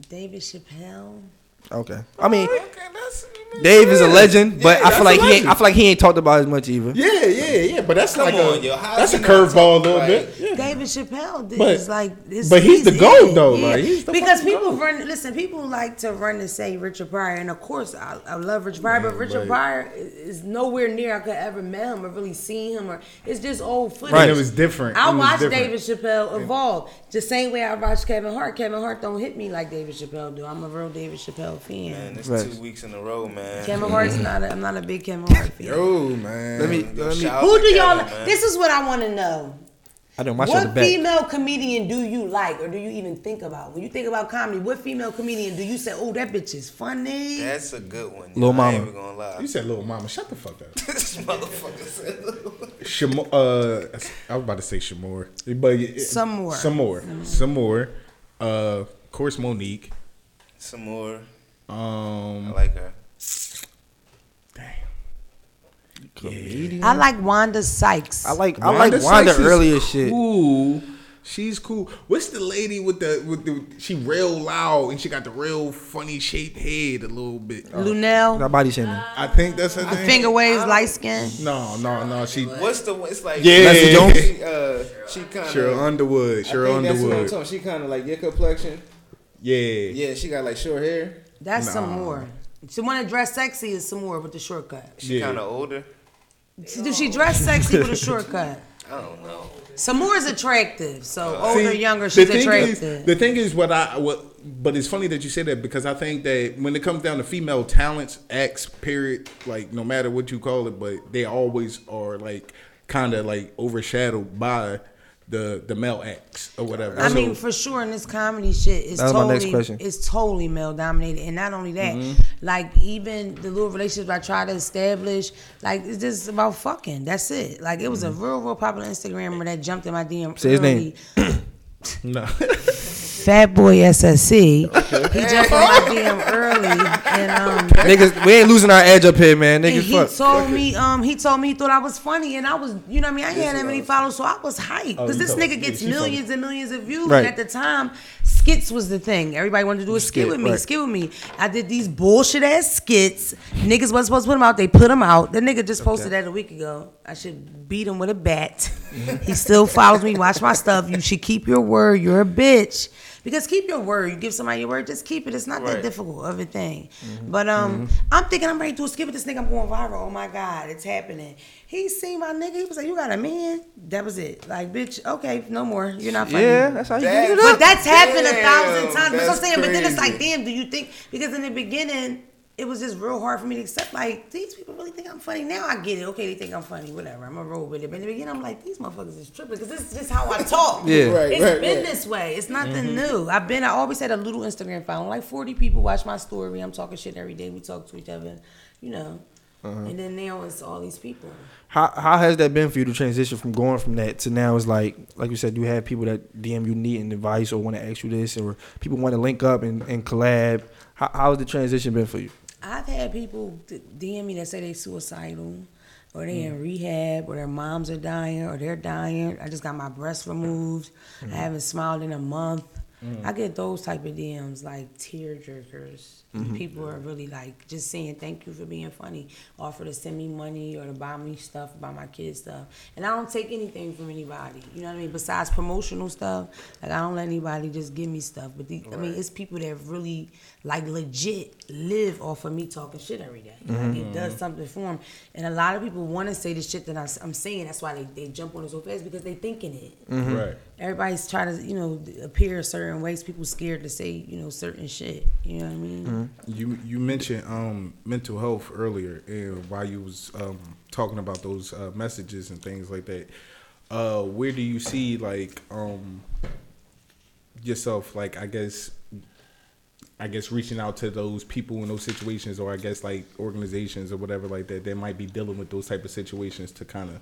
David Chappelle. Okay. I mean, Dave is a legend, but Yeah, I that's feel like a he ain't, I legend. feel like he ain't talked about as much either. Yeah, yeah, yeah. But that's Come like on, a yo, how that's is a he not curveball a little like- bit. David Chappelle did But- is like this. but he's the GOAT, though, like, he's the because fucking people run listen, people like to run and say Richard Pryor, and of course I, I love Richard Pryor, but Man, Richard right. Pryor is, is nowhere near I could ever met him or really seen him or it's just old footage. Right. It was different. I It was watched different. David Chappelle evolve the same way I watched Kevin Hart. Kevin Hart don't hit me like David Chappelle do. I'm a real David Chappelle fan. Man, it's Right. two weeks in a row, man. Kevin Hart's not. A, I'm not a big Kevin Hart fan. Yo, man. Let me- Yo, let me- shout out Who to do y'all? Kevin, man. This is what I want to know. I know my shit the What back. female comedian do you like, or do you even think about when you think about comedy? What female comedian do you say, "Oh, that bitch is funny"? That's a good one. Lil I ain't Mama. even gonna lie. You said little mama. Shut the fuck up. (laughs) this motherfucker said. Shamo- uh, I was about to say Shamor, but it- Some more. some more, some more. Uh, of course, Monique. Some more. Um, I like her. Comedian. I like Wanda Sykes. I like- I like Wanda Sykes is earlier shit. Cool. She's cool. What's the lady with the with the? She real loud and she got the real funny shaped head a little bit. Oh. Lunel. Not body shaming. I think that's her name. Finger waves, light skin. No, no, no. She What's the one? It's like Yeah. Leslie Jones? She, uh, she kind of Cheryl Underwood. Cheryl Underwood. She kind of like your complexion. Yeah. Yeah, she got like short hair. That's some Nah. more. She want to dress sexy is some more with the shortcut. She kind of older. She- Do she dress sexy (laughs) with a shortcut? I don't know. Some more is attractive. So See, older, younger, she's the thing is- attractive. the thing is, what I what, but it's funny that you say that because I think that when it comes down to female talents, acts, period, like no matter what you call it, but they always are like kind of like overshadowed by the the male acts or whatever. I So- mean, for sure, in this comedy shit, it's That was my totally, next question. it's totally male dominated, and not only that, Mhm. like even the little relationships I try to establish, like it's just about fucking. That's it. Like it was Mm-hmm. a real, real popular Instagrammer that jumped in my DM. Say his early. name. (coughs) no. Fat boy SSC. He jumped in my DM early, and um, Niggas, we ain't losing our edge up here, man. and Niggas, he fuck. told me, um, he told me he thought I was funny, and I was, you know, what I mean, I ain't had that many followers, so I was hyped Oh, because you this told- nigga yeah, gets she told millions and millions of views. Right. And at the time, skits was the thing. Everybody wanted to do a skit, Skit, with me. right. Skit with me. I did these bullshit ass skits. Niggas wasn't supposed to put them out. They put them out. The nigga just posted Okay. that a week ago. I should beat him with a bat. (laughs) he still follows me. Watch my stuff. You should keep your word. You're a bitch. Because keep your word. You give somebody your word, just keep it. It's not that Right. difficult of a thing. Mm-hmm. But um, I'm thinking I'm ready to skip with this nigga. I'm going viral. Oh my god, it's happening. He seen my nigga. He was like, "You got a man." That was it. Like, bitch. Okay, no more. You're not funny. Yeah, that's how you That- get it But up. that's happened a Damn, thousand times. That's what I'm that's saying. But then it's like, crazy. damn. Do you think? Because in the beginning, it was just real hard for me to accept. Like, these people really think I'm funny. Now I get it. Okay, they think I'm funny. Whatever. I'm gonna roll with it. But in the beginning, I'm like, these motherfuckers is tripping because this is just how I talk. Yeah. Right, It's right, been right. this way. It's nothing Mhm. Mm-hmm. new. I've been. I always had a little Instagram following. Like forty people watch my story. I'm talking shit every day. We talk to each other. You know. Uh-huh. And then now it's all these people. How how has that been for you to transition from going from that to now? It's like like you said, you have people that DM you needing advice or want to ask you this, or people want to link up and, and collab. How how has the transition been for you? I've had people d- DM me that say they suicidal, or they in rehab, or their moms are dying, or they're dying. I just got my breast removed. I haven't smiled in a month. Mm. I get those type of DMs, like tear jerkers. Mhm. People are really like just saying thank you for being funny, offer to send me money or to buy me stuff, buy my kids stuff. And I don't take anything from anybody. You know what I mean? Besides promotional stuff, like I don't let anybody just give me stuff. But the, I mean, it's people that really like legit live off of me talking shit every day. Like it Mhm. does something for them. And a lot of people want to say the shit that I, am saying. That's why they, they jump on it so fast because they thinking it. Mm-hmm. Mhm. Right. Everybody's trying to you know appear certain ways. People scared to say you know certain shit. You know what I mean? You you mentioned um, mental health earlier, and while you was um, talking about those uh, messages and things like that, uh, where do you see like um, yourself? Like I guess, I guess reaching out to those people in those situations, or I guess like organizations or whatever like that, that might be dealing with those type of situations to kind of,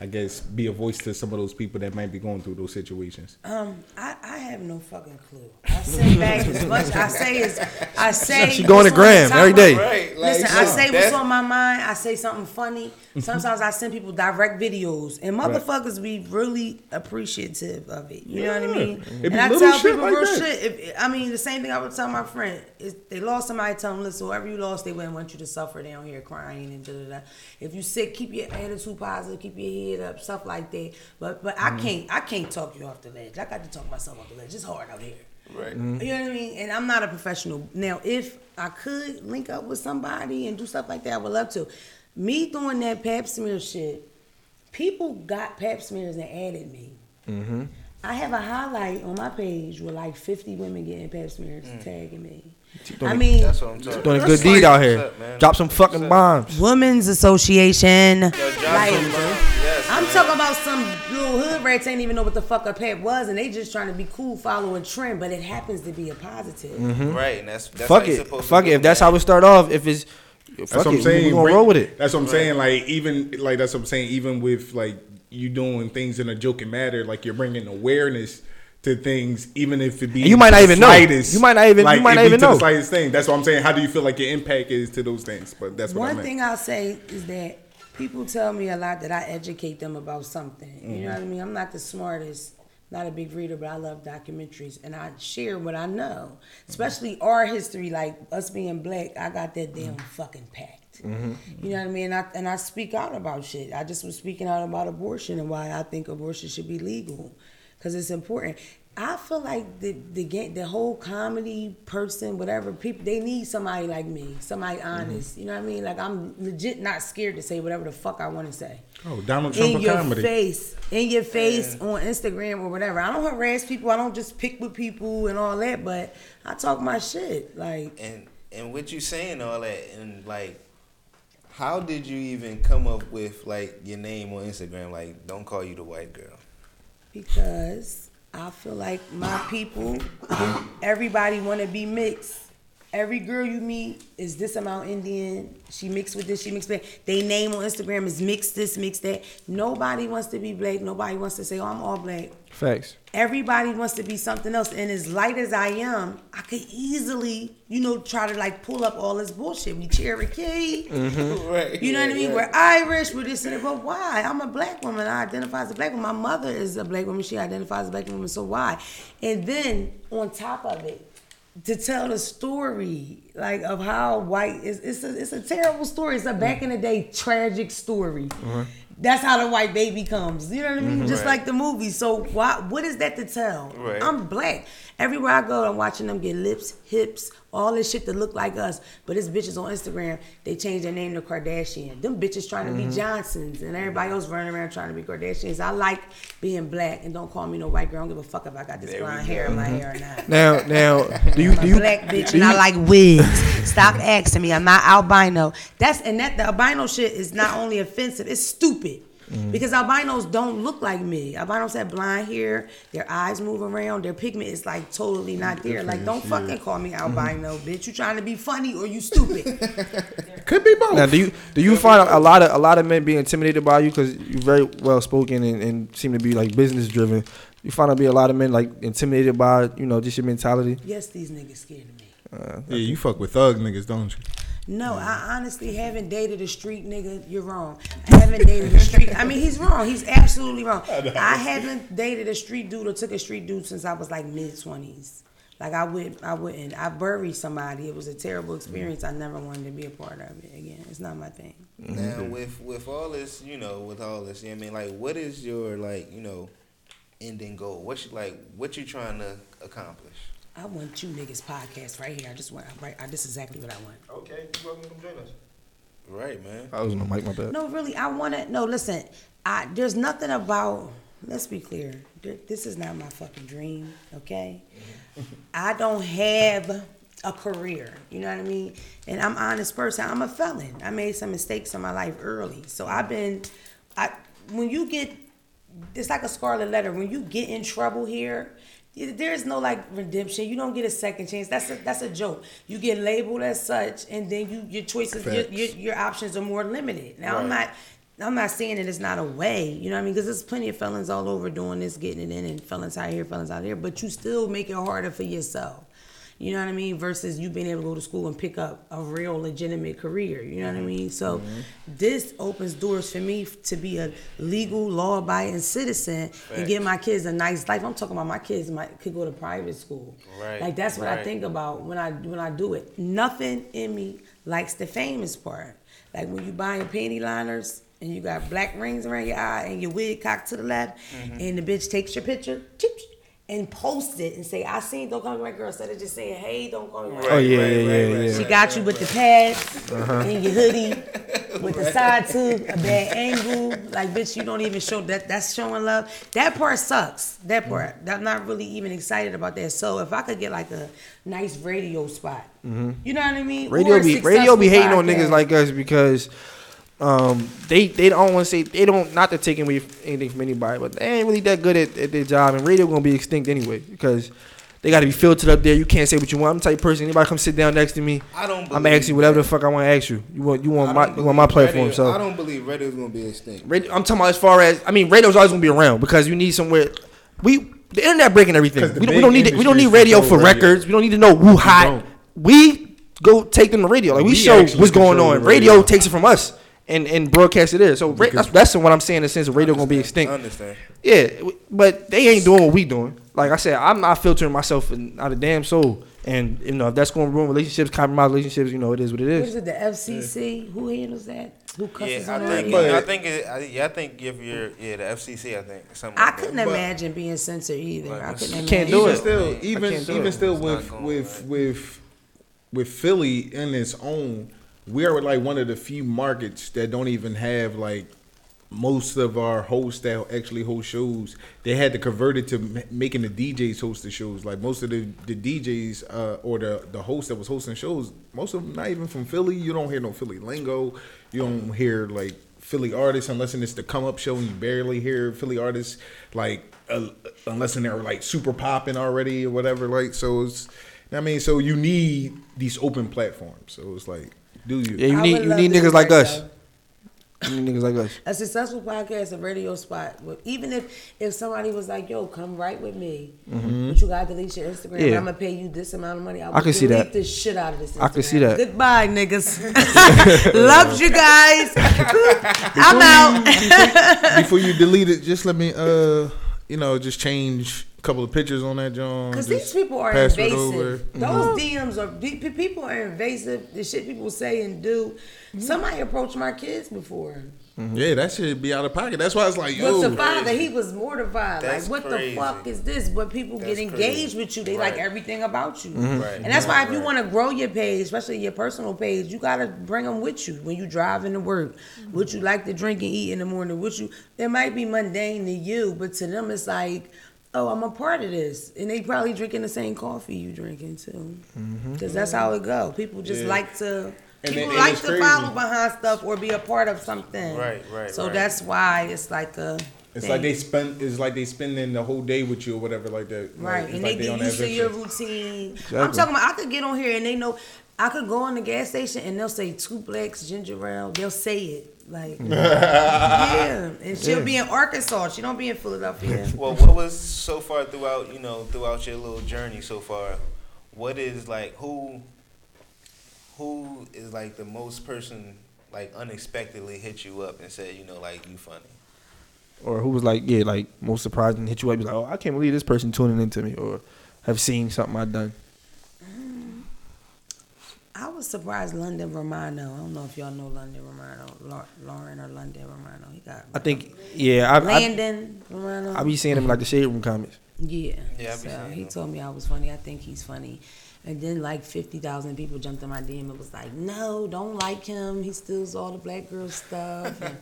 I guess, be a voice to some of those people that might be going through those situations. Um, I, I have no fucking clue. I sit back as much. I say as I say. She going what's to on Graham top every of- day. Right, like, Listen, I so say what's that's- on my mind. I say something funny. Sometimes I send people direct videos, and Right. motherfuckers be really appreciative of it. You know what I Yeah. mean? It be And I little tell shit people like real that. shit. If, I mean, the same thing I would tell my friend. If they lost somebody, tell them, listen, whoever you lost, they wouldn't want you to suffer down here crying and da da da. If you sick, keep your attitude positive, keep your head up, stuff like that. But but I Mhm. can't I can't talk you off the ledge. I got to talk myself off the ledge. It's hard out here. Right. You know what I mean? And I'm not a professional. Now, if I could link up with somebody and do stuff like that, I would love to. Me doing that pap smear shit, people got pap smears and added me. Mm-hmm. I have a highlight on my page with like 50 women getting pap smears tagging me. doing I a- mean, Mm. That's what I'm talking Doing a about. good That's deed like- out here. What's up, man? Drop some fucking bombs. Women's Association. Like, I'm man. talking about some little hood rats ain't even know what the fuck a pet was, and they just trying to be cool, following trend, but it happens to be a positive. Mhm. Right, and that's, that's fuck how you it. supposed to Fuck do it. If that's how we start off, if it's fuck That's what it, I'm saying. we gonna Bring- roll with it. That's what I'm saying. Like even like that's what I'm saying. Even with like you doing things in a joking manner, like you're bringing awareness to things, even if it be And you might not the even know. slightest. You might not even- you might it not be even to know. the slightest thing. That's what I'm saying. How do you feel like your impact is to those things? But that's what I One meant. thing I'll say is that People tell me a lot that I educate them about something. You know Mm-hmm. Mhm. what I mean? I'm not the smartest, not a big reader, but I love documentaries and I share what I know, Mm-hmm. especially our history, like us being black. I got that damn Mm-hmm. fucking packed. You know what I mean? And I, and I speak out about shit. I just was speaking out about abortion and why I think abortion should be legal because it's important. I feel like the the game, the whole comedy person, whatever people, they need somebody like me, somebody Mm-hmm. honest. You know what I mean? Like I'm legit not scared to say whatever the fuck I want to say. Oh, Donald Trump in of your comedy. face, in your face on Instagram or whatever. I don't harass people. I don't just pick with people and all that. But I talk my shit. Like and and what you saying all that and like how did you even come up with like your name on instagram like don't call you the white girl because I feel like my people, everybody want to be mixed. Every girl you meet is this amount Indian. She mixed with this, she mixed with that. They name on Instagram is mixed this, mixed that. Nobody wants to be black. Nobody wants to say, oh, I'm all black. Facts. Everybody wants to be something else. And as light as I am, I could easily, you know, try to like pull up all this bullshit. We Cherokee. (laughs) Mhm. Right, You know what I right, mean? right. We're Irish. We're this and that. But why? I'm a black woman. I identify as a black woman. My mother is a black woman. She identifies as a black woman. So why? And then on top of it, to tell the story like of how white is it's a, it's a terrible story. It's a back in the day tragic story. That's how the white baby comes. You know what I mean? Mhm. Just Right. like the movie. So why? What is that to tell? Right. I'm black. Everywhere I go, I'm watching them get lips, hips, all this shit that look like us. But it's bitches on Instagram. They change their name to Kardashian. Them bitches trying to Mhm. be Johnsons, and everybody else running around trying to be Kardashians. I like being black, and don't call me no white girl. I don't give a fuck if I got this blonde hair in my Mhm. hair or Mm-hmm. not. Now, now, do you I'm do a you black bitch do and I you- like wigs. Stop asking me. I'm not albino. That's and that the albino shit is not only offensive, it's stupid. Mm. Because albinos don't look like me. Albinos have blind hair, their eyes move around, their pigment is like totally not there. Like don't Different, Mm-hmm. fucking call me albino, bitch. You trying to be funny or you stupid. (laughs) Now, do you do you find a lot of a lot of men be intimidated by you because you're very well spoken and, and seem to be like business driven? You find out be a lot of men like intimidated by you know just your mentality. yes, these niggas scared of me. Uh, Yeah, you fuck with thug niggas, don't you? No, I honestly haven't dated a street nigga. You're wrong. I haven't dated a street. I mean, he's wrong. He's absolutely wrong. I know. I haven't dated a street dude or took a street dude since I was like mid twenties. Like I would, I wouldn't. I buried somebody. It was a terrible experience. I never wanted to be a part of it again. It's not my thing. Mm-hmm. now with with all this you know with all this you know what i mean like what is your like you know ending goal what you like what you trying to accomplish I want you niggas podcast right here. I just want right. I, this is exactly what I want. okay you're welcome to join us right man I was on the mic, my bad. No, really, I want to. No, listen. I there's nothing about. Let's be clear. Th- This is not my fucking dream. Okay. I don't have a career. You know what I mean? And I'm an honest person. I'm a felon. I made some mistakes in my life early. So I've been. I when you get, it's like a scarlet letter. When you get in trouble here. y- There is no like redemption. You don't get a second chance. That's a that's a joke. You get labeled as such, and then you your choices, your, your, Facts. your options are more limited. Now I'm Right. not I'm not saying that it's not a way, you know what I mean? Because there's plenty of felons all over doing this, getting it in, and felons out here, felons out there. But you still make it harder for yourself, you know what I mean? Versus you being able to go to school and pick up a real legitimate career, you know Mm-hmm. what I mean? So this opens doors for me f- to be a legal, law-abiding citizen and give Facts. my kids a nice life. I'm talking about my kids might could go to private school. Right, Like that's what I right. think about when I when I do it. Nothing in me likes the famous part. Like when you buying panty liners and you got black rings around your eye and your wig cocked to the left, Mhm. and the bitch takes your picture chip, and post it and say, "I seen don't call me white girl." Instead of just saying, "Hey, don't call me white." Right, girl." Oh, yeah, right, yeah, right, yeah, right, She yeah. got you with the pads Uh-huh. and your (laughs) hoodie with the side too, a bad angle. Like, bitch, you don't even show that. That's showing love. That part sucks. That part. Mm-hmm. I'm not really even excited about that. So if I could get like a nice radio spot, Mhm. you know what I mean? Or Radio a be radio be successful hating on podcast. niggas like us because um they they don't want to say they don't not to take away anything from anybody, but they ain't really that good at, at their job and radio gonna be extinct anyway because they gotta be filtered up there. You can't say what you want. I'm the type of person. Anybody come sit down next to me, I don't I'm believe asking you whatever the fuck I want to ask you. You want you want my you want my platform. radio, so i don't believe radio's gonna be extinct Radio, I'm talking about as far as I mean, radio's always gonna be around because you need somewhere. We the internet breaking everything. We don't, we big don't need we don't need industries radio for control radio. records. We don't need to know who hot. We go take them to radio. Like we, We show actually what's going control on. the Radio. radio. takes it from us. and and broadcast it is. So ra- that's, that's what I'm saying. In the sense of radio going to be extinct. I understand. Yeah, w- but they ain't doing what we doing. Like I said, I'm not filtering myself in- out of damn soul. And you know, if that's going to ruin relationships, compromise relationships, you know, it is what it What is is. it? The FCC? Who handles that? Who cusses Yeah, I on think that? I think it, I, yeah, I think if you're yeah the FCC, I think something. I like couldn't that. But- imagine being censored either. I couldn't imagine. can't do even it. Still, I even can't do even it. still It's with not going with with with Philly in its own, we are like one of the few markets that don't even have like most of our hosts that actually host shows. They had to convert it to m- making the DJs host the shows. Like most of the the DJs uh, or the the host that was hosting shows, most of them not even from Philly. You don't hear no Philly lingo. You don't hear like. Philly artists, unless it's the come up show, and you barely hear Philly artists like uh, unless in they're like super popping already or whatever. Like so, it's I mean, so you need these open platforms. So it's like, do you? Yeah, you I need would you love need to niggas do like that, us. You need niggas like us. a successful podcast, a radio spot. Well, even if if somebody was like, "Yo, come right with me," Mhm. but you gotta delete your Instagram. Yeah. and I'm gonna pay you this amount of money. I, I will can see delete that. The shit out of this. I can see Instagram. that. Goodbye, (laughs) niggas. Loves you guys. I'm (laughs) out. Before you delete it, just let me, uh, you know, just change a couple of pictures on that John. Because Because these people are invasive. Mm-hmm. Those DMs are pe- pe- people are invasive. The shit people say and do. Somebody approached my kids before. Mm-hmm. Yeah, that should be out of pocket. That's why it's like, oh, But yo, the father, he was mortified. That's like, what crazy. the fuck is this? But people That's get engaged crazy. with you. They like Right. everything about you. Mhm. Right. And that's why if you Right. want to grow your page, especially your personal page, you gotta bring them with you when you driving to work. Mm-hmm. What you like to drink and eat in the morning. What you it might be mundane to you, but to them it's like, oh, I'm a part of this, and they probably drinking the same coffee you drinking too. Because that's how it go. People just Yeah. like to And people it- and like it's to crazy. follow behind stuff or be a part of something. Right, right, So right. that's why it's like a. it's thing. like they spend, it's like they spending the whole day with you or whatever, like that. Right, it's and like they get on used that to your vacation. routine. I'm Exactly. talking about I could get on here and they know I could go in the gas station and they'll say two blacks ginger ale. They'll say it (laughs) like yeah, and she'll Yeah. be in Arkansas. She don't be in Philadelphia. (laughs) well, what was so far throughout you know throughout your little journey so far? What is like who? Who is like the most person like unexpectedly hit you up and said you know like you funny? Or who was like, yeah, like most surprised and hit you up, be like, oh, I can't believe this person tuning into me or have seen something I done. I was surprised London Romano. I don't know if y'all know London Romano, Lau- Lauren or London Romano. He got I think, yeah, I I, Landon Romano. I be seeing him in, like the shade room comments. Yeah. Yeah, I be so seeing he told me I was funny. I think he's funny. And then like fifty thousand people jumped in my DM and was like, "No, don't like him. He steals all the black girl stuff." And-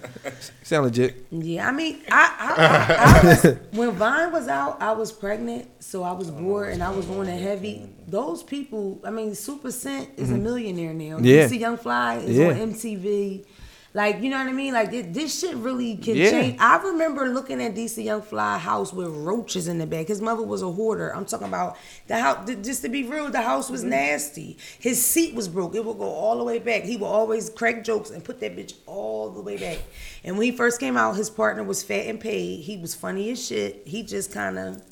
Sound legit. (laughs) yeah, I mean, I, I, I, I was, when Vine was out, I was pregnant, so I Oh, was bored and I was on a heavy. Those people, I mean, Super Cent is a Mm-hmm. Mhm. millionaire now. Yeah. You see Young Fly is Yeah. on MTV. Like, you know what I mean? Like, thi- this shit really can Yeah. change. I remember looking at DC Young Fly house with roaches in the back. His mother was a hoarder. I'm talking about the house, th- just to be real, the house was nasty. His seat was broke. It would go all the way back. He would always crack jokes and put that bitch all the way back. And when he first came out, his partner was fat and paid. He was funny as shit. He just kind of,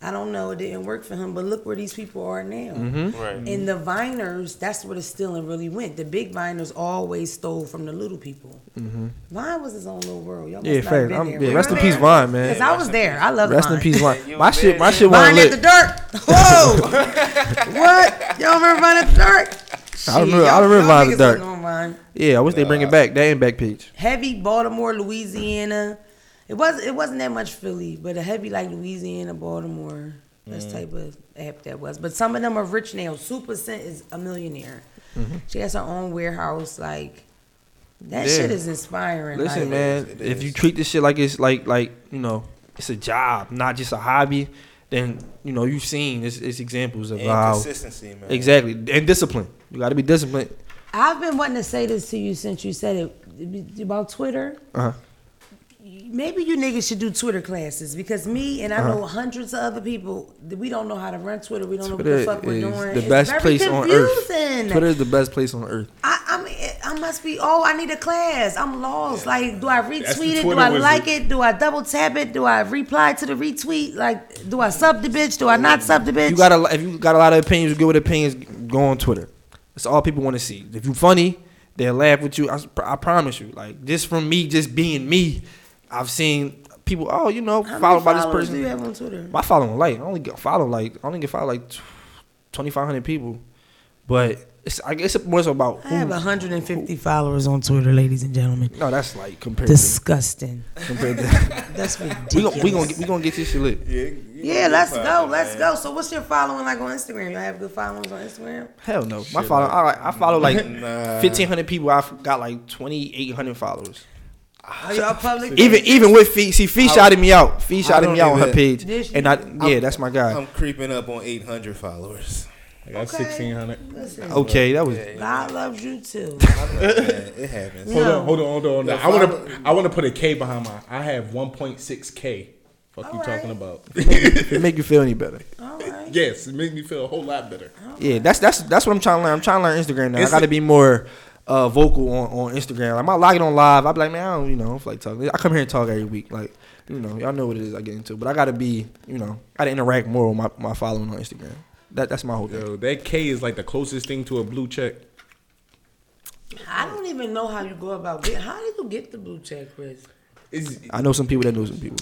I don't know, it didn't work for him. But look where these people are now. Mhm. Right. And the Viners, that's where the stealing really went. The big Viners always stole from the little people. Mm-hmm. Vine was his own little world. Y'all Yeah, must not have fact. been I'm- there. yeah, Were rest you in peace, there? Vine, man. Cause I was there. I love Rest Vine. in peace, Vine. My shit, my shit Vine wasn't at lit. the dark. (laughs) Whoa. what? (laughs) Y'all remember Vine at the dark? I Shit, remember, I y'all- remember y'all Vine niggas the Dark. wasn't on Vine. Yeah, I wish they bring it back. That ain't back page. Heavy Baltimore, Louisiana. It was. It wasn't that much Philly, but a heavy like Louisiana, Baltimore. That's Mm. type of app that was. But some of them are rich now. Super Cent is a millionaire. Mhm. She has her own warehouse. Like that Yeah. shit is inspiring. Listen, like- man, if you treat this shit like it's like like you know it's a job, not just a hobby, then you know you've seen it's, it's examples of And how consistency, man. exactly and discipline. You got to be disciplined. I've been wanting to say this to you since you said it about Twitter. Uh-huh. Maybe you niggas should do Twitter classes because me and I Uh-huh. know hundreds of other people that we don't know how to run Twitter. We don't know Twitter what the fuck we're is doing. the It's best very place on earth. confusing. Twitter is the best place on earth. I, I mean, I must be. Oh, I need a class. I'm lost. Like, do I That's the retweet it? Do Twitter I wizard. like it? Do I double tap it? Do I reply to the retweet? Like, do I sub the bitch? Do I not sub the bitch? You got a if you got a lot of opinions, you good with opinions. Go on Twitter. That's all people want to see. If you funny, They'll laugh with you. I, s- I promise you. Like just from me, just being me, I've seen people. Oh, you know, many followed by this followers person. do you have on Twitter? My following light. I only get follow like I only get follow like twenty five hundred people, but it's I guess it's more so about I have 150 followers on Twitter, ladies and gentlemen. No, that's like compared Disgusting. to compared to (laughs) That's we gonna ridiculous. we gonna get, we gonna get this shit lit. Yeah, let's go, let's go. So, what's your following like on Instagram? Y'all have good followers on Instagram? Hell no, my Shit, follow I, like- I (laughs) follow like Nah. fifteen hundred people. I've got like twenty eight hundred followers. Are y'all public? Even even with Fee, see Fee I- shouted me out. Fee I shouted don't me out on her even- page, Did and I yeah, that's my guy. I'm creeping up on 800 followers. I got 1600. Listen. Okay, that was- God loves you too. it happens. Hold No. on, hold on, hold on. hold on. Yeah, I want follow- to, I want to put a K behind mine. I have 1.6 K. Fuck you talking (laughs) about? If it make you feel any better. yes, it made me feel a whole lot better. Yeah, that's that's that's what I'm trying to learn. I'm trying to learn Instagram now. I Insta- got to be more uh, vocal on, on Instagram. Like my logging on live, I be like, man, I don't, you know, like talking. I come here and talk every week. Like, you know, y'all know what it is I get into. But I got to be, you know, I got to interact more with my, my following on Instagram. That that's my whole thing. Yo, that K is like the closest thing to a blue check. I don't even know how you go about get. How did you get the blue check, Chris? I know some people that know some people.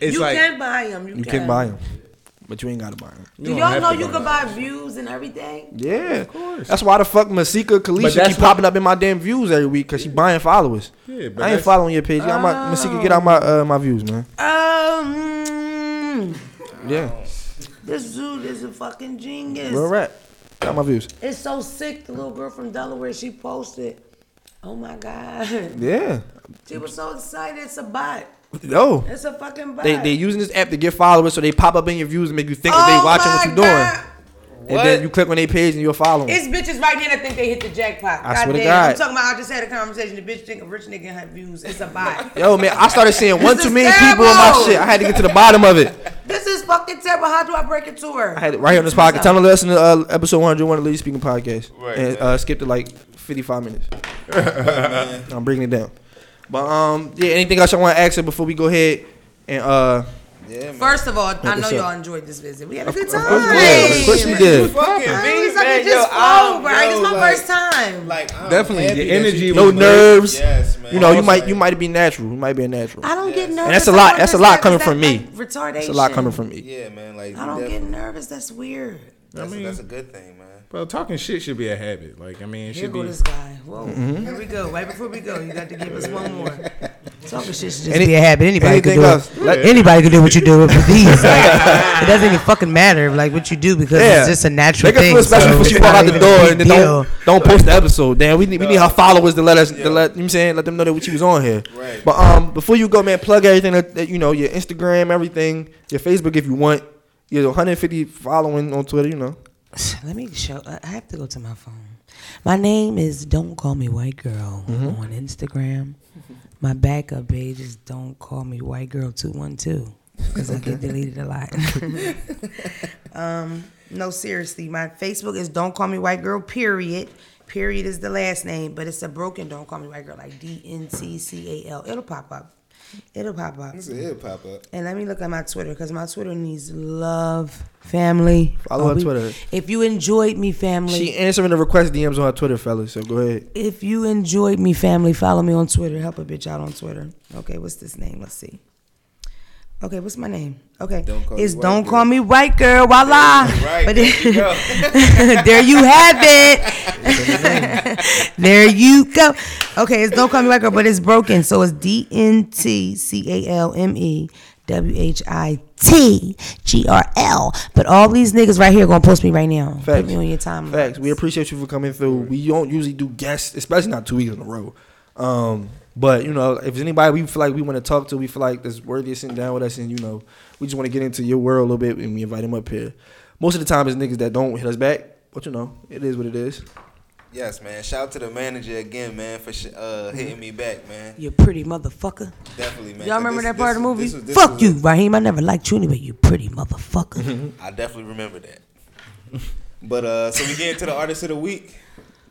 you can buy them. You, You can buy them, but you ain't gotta buy them. Do y'all know you can buy views and everything? Yeah, Of course. That's why the fuck Masika But Kalisha that's keep popping up in my damn views every week because she buying followers. Yeah, but I ain't that's- following your page. Get out Oh. my, Masika, get out my uh, my views, man. Um, Yeah, this dude is a fucking genius. real rap. Got my views. It's so sick. The little girl from Delaware, she posted. Oh my god. (laughs) Yeah. She was so excited. It's a bot. No. It's a fucking bot. They they using this app to get followers, so they pop up in your views and make you think that Oh they watching my what you're doing. And then you click on their page and you're following. It's bitches right there that think they hit the jackpot. I swear to damn. God. I'm talking about. I just had a conversation. The bitch think a rich nigga had views. It's a (laughs) bot. Yo, man, I started seeing one This too is many people on my terrible. shit. I had to get to the bottom of it. This is fucking terrible. How do I break it to her? I had it right here on this podcast. Time to listen to uh, episode 101 of the Lead Speaking Podcast. Right, and uh, skip to like (laughs) 55 minutes. I'm bringing it down. But um, yeah, anything else I want to ask her before we go ahead and uh, First of all, I Wrap know this up. y'all enjoyed this visit. We had a good of time. course we did. Of course we did. Fucking me, like man. it just Yo, I'm- flowed, right? It's yo, my like- first time. Like Definitely, happy your that energy she- was no great. nerves. Yes, man. You know, you Awesome. might you might be natural. You might be a natural. I don't get nervous. And that's a I lot. don't That's a lot coming understand. from me. Is that, like, That's a lot retardation? coming from me. Yeah, man. Like, I don't def- get nervous. That's weird. that's, I mean- that's a good thing, man. Bro, talking shit should be a habit. Like I mean, it Here should go be. this guy. Whoa. Mhm. Here we go. Right before we go, you got to give us one more. Talking shit should just Any- be a habit. Anybody could anything do else? it. Let- Anybody could do what you do with these. (laughs) Like, it doesn't even fucking matter like what you do because it's just a natural Make thing. Her feel special so before she it's walk not out the even a door big and then deal. don't don't post the episode. Damn, we need we need her followers to let us to let you know what I'm saying let them know that what she was on here. Right. But um, before you go, man, plug everything that, that you know your Instagram, everything, your Facebook if you want. Your 150 following on Twitter, you know. (sighs) Let me show. I I have to go to my phone. My name is Don't Call Me White Girl Mm-hmm. Mhm. on Instagram. My backup page is Don't Call Me White Girl 212 because I get deleted a (laughs) lot. um, no, seriously. My Facebook is Don't Call Me White Girl, period. Period is the last name, but it's a broken Don't Call Me White Girl, like D N C C A L. It'll pop up. It'll pop up. It's a hip pop up. And let me look at my Twitter because my Twitter needs love, family. Follow Oh, her we- Twitter. If you enjoyed me, family. She answering the request DMs on her Twitter, fellas. So go ahead. if you enjoyed me, family, follow me on Twitter. Help a bitch out on Twitter. Okay, what's this name? Let's see. Okay, what's my name? Okay, Don't call it's me white don't girl. call me white girl. Voila! Right, But there you go. (laughs) there you have (laughs) it. there you go. Okay, it's don't call me white girl, but it's broken. So it's D N T C A L M E W H I T G R L. But all these niggas right here gonna post me right now. Put me on your timeline. Facts. We appreciate you for coming through. We don't usually do guests, especially not two weeks in a row. Um, but you know, if anybody we feel like we want to talk to, we feel like that's worthy of sitting down with us, and you know, we just want to get into your world a little bit, and we invite them up here. Most of the time, it's niggas that don't hit us back, but you know, it is what it is. Yes, man. Shout out to the manager again, man, for sh- uh, hitting me back, man. You pretty motherfucker. Definitely, man. Y'all 'Cause remember this- that part of the movie? this- this was- this Fuck was you, Raheem. I never liked you anyway. You pretty (laughs) motherfucker. I definitely remember (laughs) that. but uh, so we get into the artist of the week.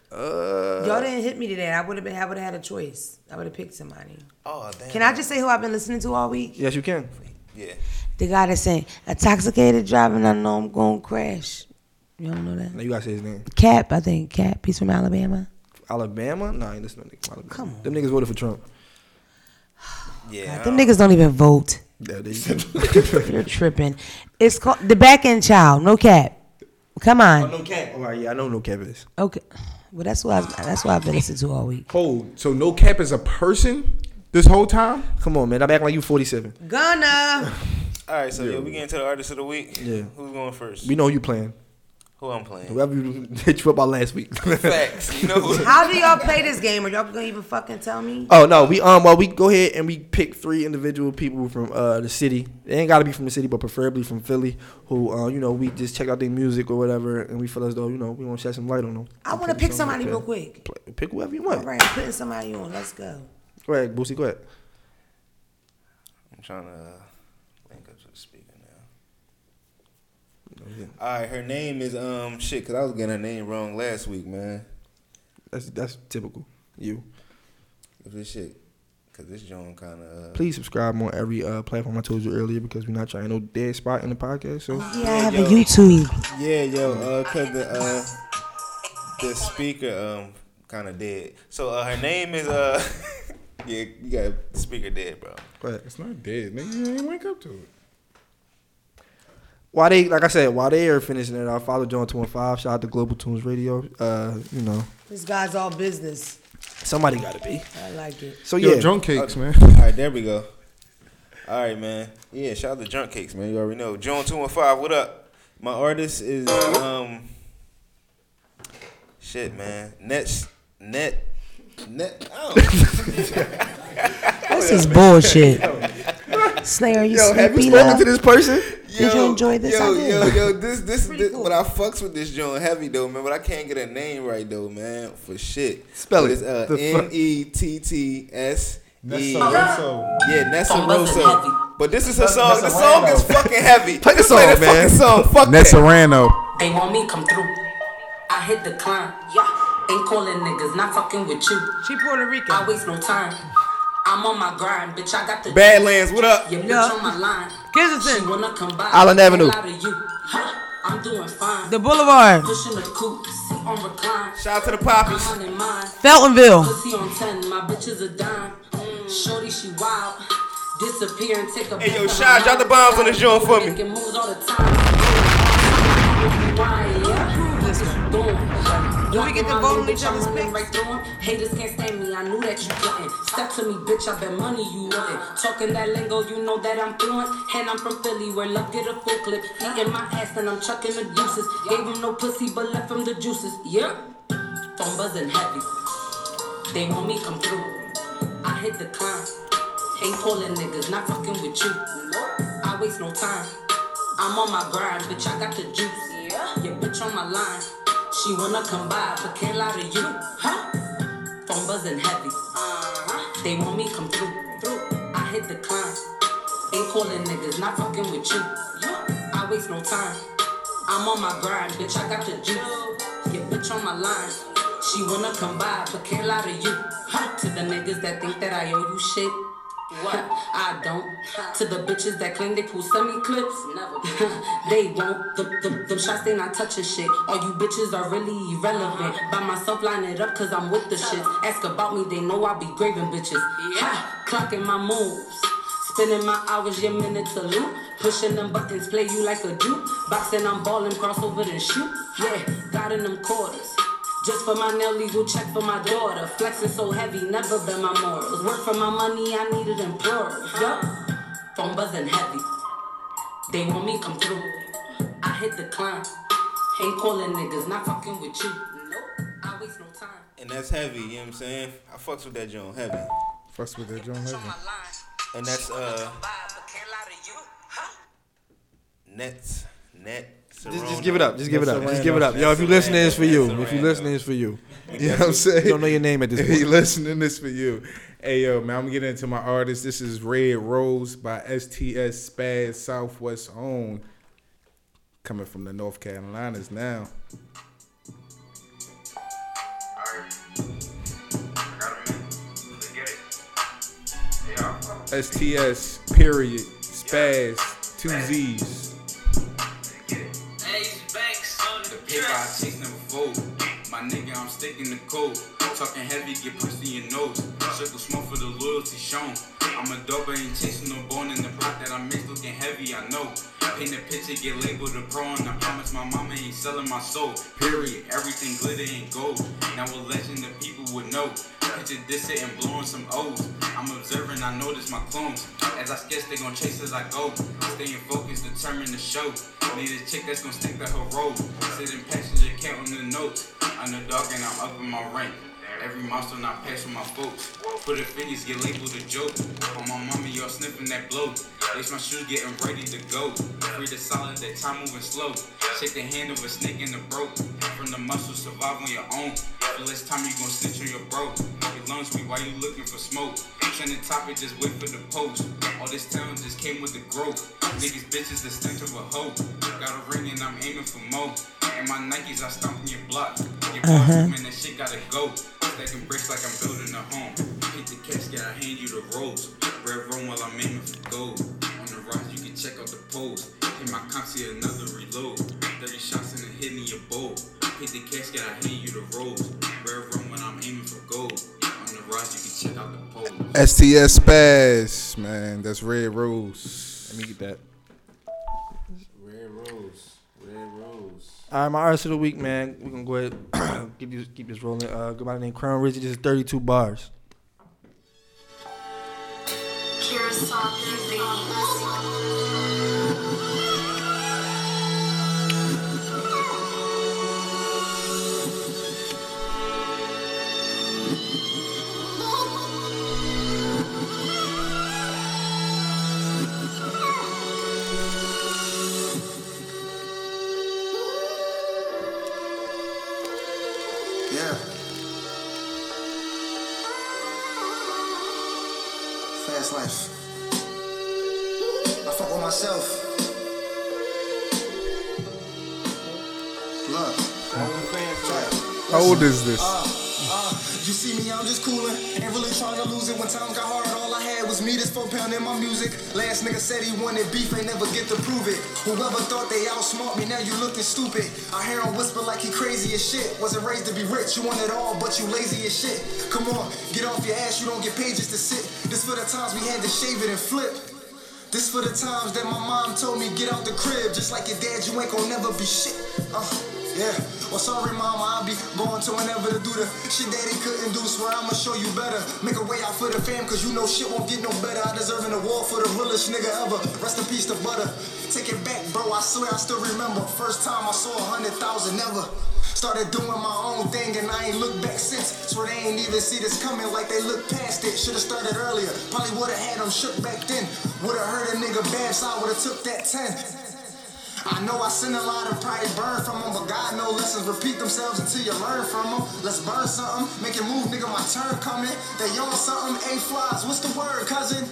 Uh, Y'all didn't hit me today. I would have been. I would have had a choice. I would have picked somebody. Oh damn. Can I just say who I've been listening to all week? Yes, you can. Yeah. The guy that sang "Intoxicated Driving." I know I'm gonna crash. You don't know that? Now you gotta say his name. Cap, I think Cap. He's from Alabama. Alabama? Nah, I ain't listening to niggas. from Alabama. Them niggas voted for Trump. Yeah. Them niggas don't even vote. Yeah, (laughs) (laughs) You're tripping. It's called the back end child. No cap. Come on. Oh, no cap. All right, yeah, I know no cap is. Okay. Well, that's what I've, that's what I've been listening to all week. Hold. So no cap is a person this whole time? Come on, man. I'm acting like you 47. Ghana. All right, so yeah, we get into the artist of the week. Yeah. Who's going first? We know you playing. Who I'm playing. Whoever (laughs) you hit you up about last week. Facts. You know (laughs) who- How do y'all play this game? Are y'all gonna even fucking tell me? Oh no, we um well we go ahead and we pick three individual people from uh the city. They ain't gotta be from the city, but preferably from Philly, who uh you know we just check out their music or whatever, and we feel as though you know we want to shed some light on them. I want to pick somebody real quick. Pick whoever you want. All right, I'm putting somebody on. Let's go. Go ahead, Boosie. Go ahead. I'm trying to link up to the speaker now. All right, her name is um shit because I was getting her name wrong last week, man. That's that's typical. You. If this shit, because this John kind of. Uh, Please subscribe on every uh platform I told you earlier because we're not trying no dead spot in the podcast. So Yeah, I have a YouTube. Yeah, yo, uh, cause the uh, the speaker um kind of dead. So uh, her name is uh, (laughs) yeah, you got the speaker dead, bro. It's not dead, nigga. You ain't wake up to it. While they, like I said, while they are finishing it, I follow John Two One Five. Shout out to Global Tunes Radio. Uh, you know, This guy's all business. somebody gotta be. I like it. So yeah, Uh, (laughs) man. All right, there we go. All right, man. Yeah, shout out to drunk cakes, man. You already know. John two and five. What up? My artist is um, shit, man. Net, net, net. Oh. This is bullshit. (laughs) Slayer, you Yo, sleepy? have you love? spoken to this person? Did you enjoy this? Yo, I did. yo, yo, this, this, this but I fucks with this joint heavy though, man. But I can't get a name right though, man. For shit. Spell But it. It's uh, The fuck? N E T T S E. Nessa Rosso. Yeah, Nessa Song wasn't heavy. Rosso. But this is her That's- song. The that's a song rhino. is fucking heavy. Play the Just song, the fucking man. song. Fuck Ned that. Serrano. They want me come through. I hit the climb. Yeah. Ain't calling niggas, not fucking with you. She Puerto Rican. I waste no time. I'm on my grind, bitch. I got the Badlands, what up? Your bitch Yeah. on my line. Kensington. She wanna come by. Island Ain't Avenue. lie to you. Huh? I'm doing fine. The Boulevard. Pushing the coupe, sit on recline. Shout out to the poppies. Feltonville. Pussy on ten, my bitch is a dime. Shorty, she wild. Disappear and take a. Hey, yo, Shy, drop the bombs on this joint for me. Making moves all the time. Why, yeah. That's what you doing. Do we get to vote on each other's Right doing. Haters can't stand me. I knew that you didn't. Step to me, bitch. I bet money you wouldn't. Talking that lingo, you know that I'm fluent. And I'm from Philly, where love get a full clip. Eating my ass and I'm chucking the deuces. Gave him no pussy, but left him the juices. Yep. Phone buzzing heavy. They want me come through. I hit the climb. Ain't calling niggas, not fucking with you. I waste no time. I'm on my grind, bitch. I got the juice. Yeah. Your bitch on my line. She wanna come by, but can't lie to you. Huh? Phone buzzing heavy. Uh-huh. They want me come through. Through. I hit the climb. Ain't calling niggas, not fucking with you. Yeah. I waste no time. I'm on my grind, bitch. I got the juice. Your bitch on my line. She wanna come by, but can't lie to you. Huh? To the niggas that think that I owe you shit. What? I don't. To the bitches that claim they pull semi clips. Never. they won't. The, the, them shots they not touching shit. All you bitches are really irrelevant. By myself, line it up cause I'm with the shit. Ask about me, they know I be graving bitches. Ha! Clocking my moves. Spending my hours, your minutes to loot. Pushing them buttons, play you like a dude. Boxing, I'm balling, crossover and shoot. Yeah, got in them quarters. Just for my nail legal check for my daughter. Flexing so heavy, never been my morals. Work for my money, I needed in plurals. Yup, phone buzzing heavy. They want me come through. I hit the climb. Ain't calling niggas, not fucking with you. Nope, I waste no time. And that's heavy. You know what I'm saying? I fucks with that joint heavy. Fucks with that John Legend. And that's uh. Nets, net. Just, just give it up. Just give it up. Just give it up. Yo, if you listening, it's for you. If you listening, it's for you. You know what I'm saying? You don't know your name at this If you point. listening, this for you. Hey yo, man, I'm getting into my artist. This is Red Rose by STS Spaz Southwest Own. Coming from the North Carolinas now. STS period Spaz two Z's. The paper I chase number four. My nigga, I'm sticking the code. Talking heavy, get pussy in your nose. Circle smoke for the loyalty shown. I'm a dope, I ain't chasing no bone in the block that I mix looking heavy, I know. Paint a picture, get labeled a pro, and I promise my mama ain't selling my soul. Period. Everything glitter and gold. Now a legend that people would know. Picture this it and blowing some O's. I'm observing, I notice my clones. As I sketch, they gon' chase as I go. Staying focused, determined to show. Need a chick that's gon' stick to her role. Sitting passenger count on the notes. Underdog and I'm up in my rank. Every milestone I pass with my folks. Put the fingers, get labeled a joke. On my mommy, y'all sniffing that blow. Lace my shoes, getting ready to go. Free the solid, that time moving slow. Shake the hand of a snake in the broke. From the muscle, survive on your own. For less time, you gon' snitch on your bro. Your lungs me while you looking for smoke. Trending topic, just wait for the post. All this talent just came with the growth. Niggas, bitches, the stench of a hoe. Got a ring and I'm aiming for more. And my Nikes, I stomp on your block. Your Uh-huh. uh man, that shit gotta go. Stacking bricks like I'm building a home. Hit the casket, I hand you the rose. Red room while I'm aiming for gold. On the rise, you can check out the pose. Hit my comp, see another reload. 30 shots and it hit me a bowl. Hit the casket, I hand you the rose. Red room when I'm aiming for gold. On the rise, you can check out the pose. STS Spaz, man. That's Red Rose. Let me get that. Red Rose. Red Rose. All right, my artist of the week, man. We're gonna go ahead (clears throat) keep this keep this rolling. Uh, go by the name Crown Rizzy. This is 32 bars. Yeah. Fast life. I fuck with myself. Look. How old is this? You see me, I'm just coolin', ain't really tryna lose it. When times got hard, all I had was me, this four pound in my music. Last nigga said he wanted beef, ain't never get to prove it. Whoever thought they outsmart me, now you looking stupid. I hear him whisper like he crazy as shit. Wasn't raised to be rich, you want it all, but you lazy as shit. Come on, get off your ass, you don't get paid just to sit. This for the times we had to shave it and flip. This for the times that my mom told me get out the crib, just like your dad, you ain't gon' never be shit. Uh, yeah. Well, sorry, mama, I'll be going to whenever to do the shit daddy couldn't do. Swear I'ma show you better. Make a way out for the fam, cause you know shit won't get no better. I deserve an award for the realest nigga ever. Rest in peace to butter. Take it back, bro. I swear I still remember. First time I saw a hundred thousand ever. Started doing my own thing and I ain't looked back since. Swear they ain't even see this coming like they looked past it. Should've started earlier. Probably would've had them shook back then. Would've heard a nigga bad, so I would've took that 10. I know I send a lot and probably burn from them, but God no lessons repeat themselves until you learn from them. Let's burn something, make it move, nigga. My turn coming. They on something, A flies. What's the word, cousin?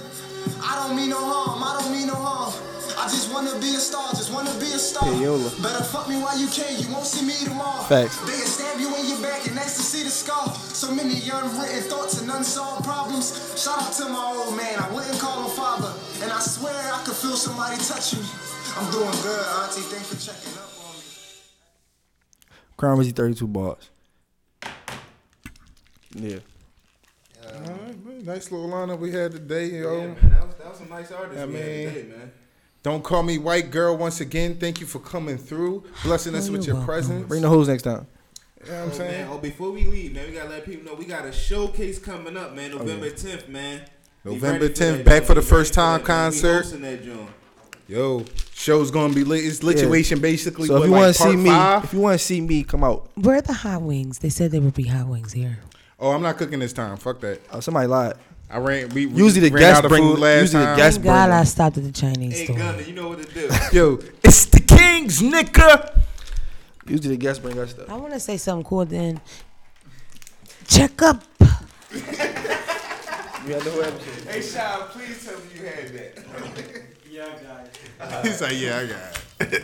I don't mean no harm. I don't mean no harm. I just wanna be a star. Just wanna be a star. Payola. Better fuck me while you can. You won't see me tomorrow. Facts. They can stab you in your back and that's to see the scar. So many unwritten thoughts and unsolved problems. Shout out to my old man. I wouldn't call him father, and I swear I could feel somebody touching me. I'm doing good, Auntie. Thanks for checking up. Crown Rizzy 32 bars. Yeah. All right, man. Nice little lineup we had today, yo. That was, that was a nice artist. I we had mean, today, man. Don't call me white girl once again. Thank you for coming through, blessing us with your presence. Oh, Bring the hoes next time. You know what I'm Oh, saying? Man. Oh, before we leave, man, we gotta let people know we got a showcase coming up, man. November 10th, man. Be Oh, November ready for 10th, that, back man. for the Be first time ready for that, man. We concert. hosting that joint. Yo, show's gonna be lit. It's lituation basically. So if but you like want to see part me, five- if you want to see me, come out. Where are the hot wings? They said there would be hot wings here. oh, I'm not cooking this time. Fuck that. Oh, somebody lied. I ran. We we Usually the ran guests out of bring- food last usually the time. guests Thank God I stopped at the Chinese store. Yo, it's the Kings, nigga. Usually the guests bring us stuff. I want to say something cool then. Check up. You had the whole episode. Hey, Sean, please tell me you had that. yeah, I got it. (laughs) He's like, yeah, I got it.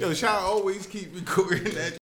Yo, Sean always keep recording that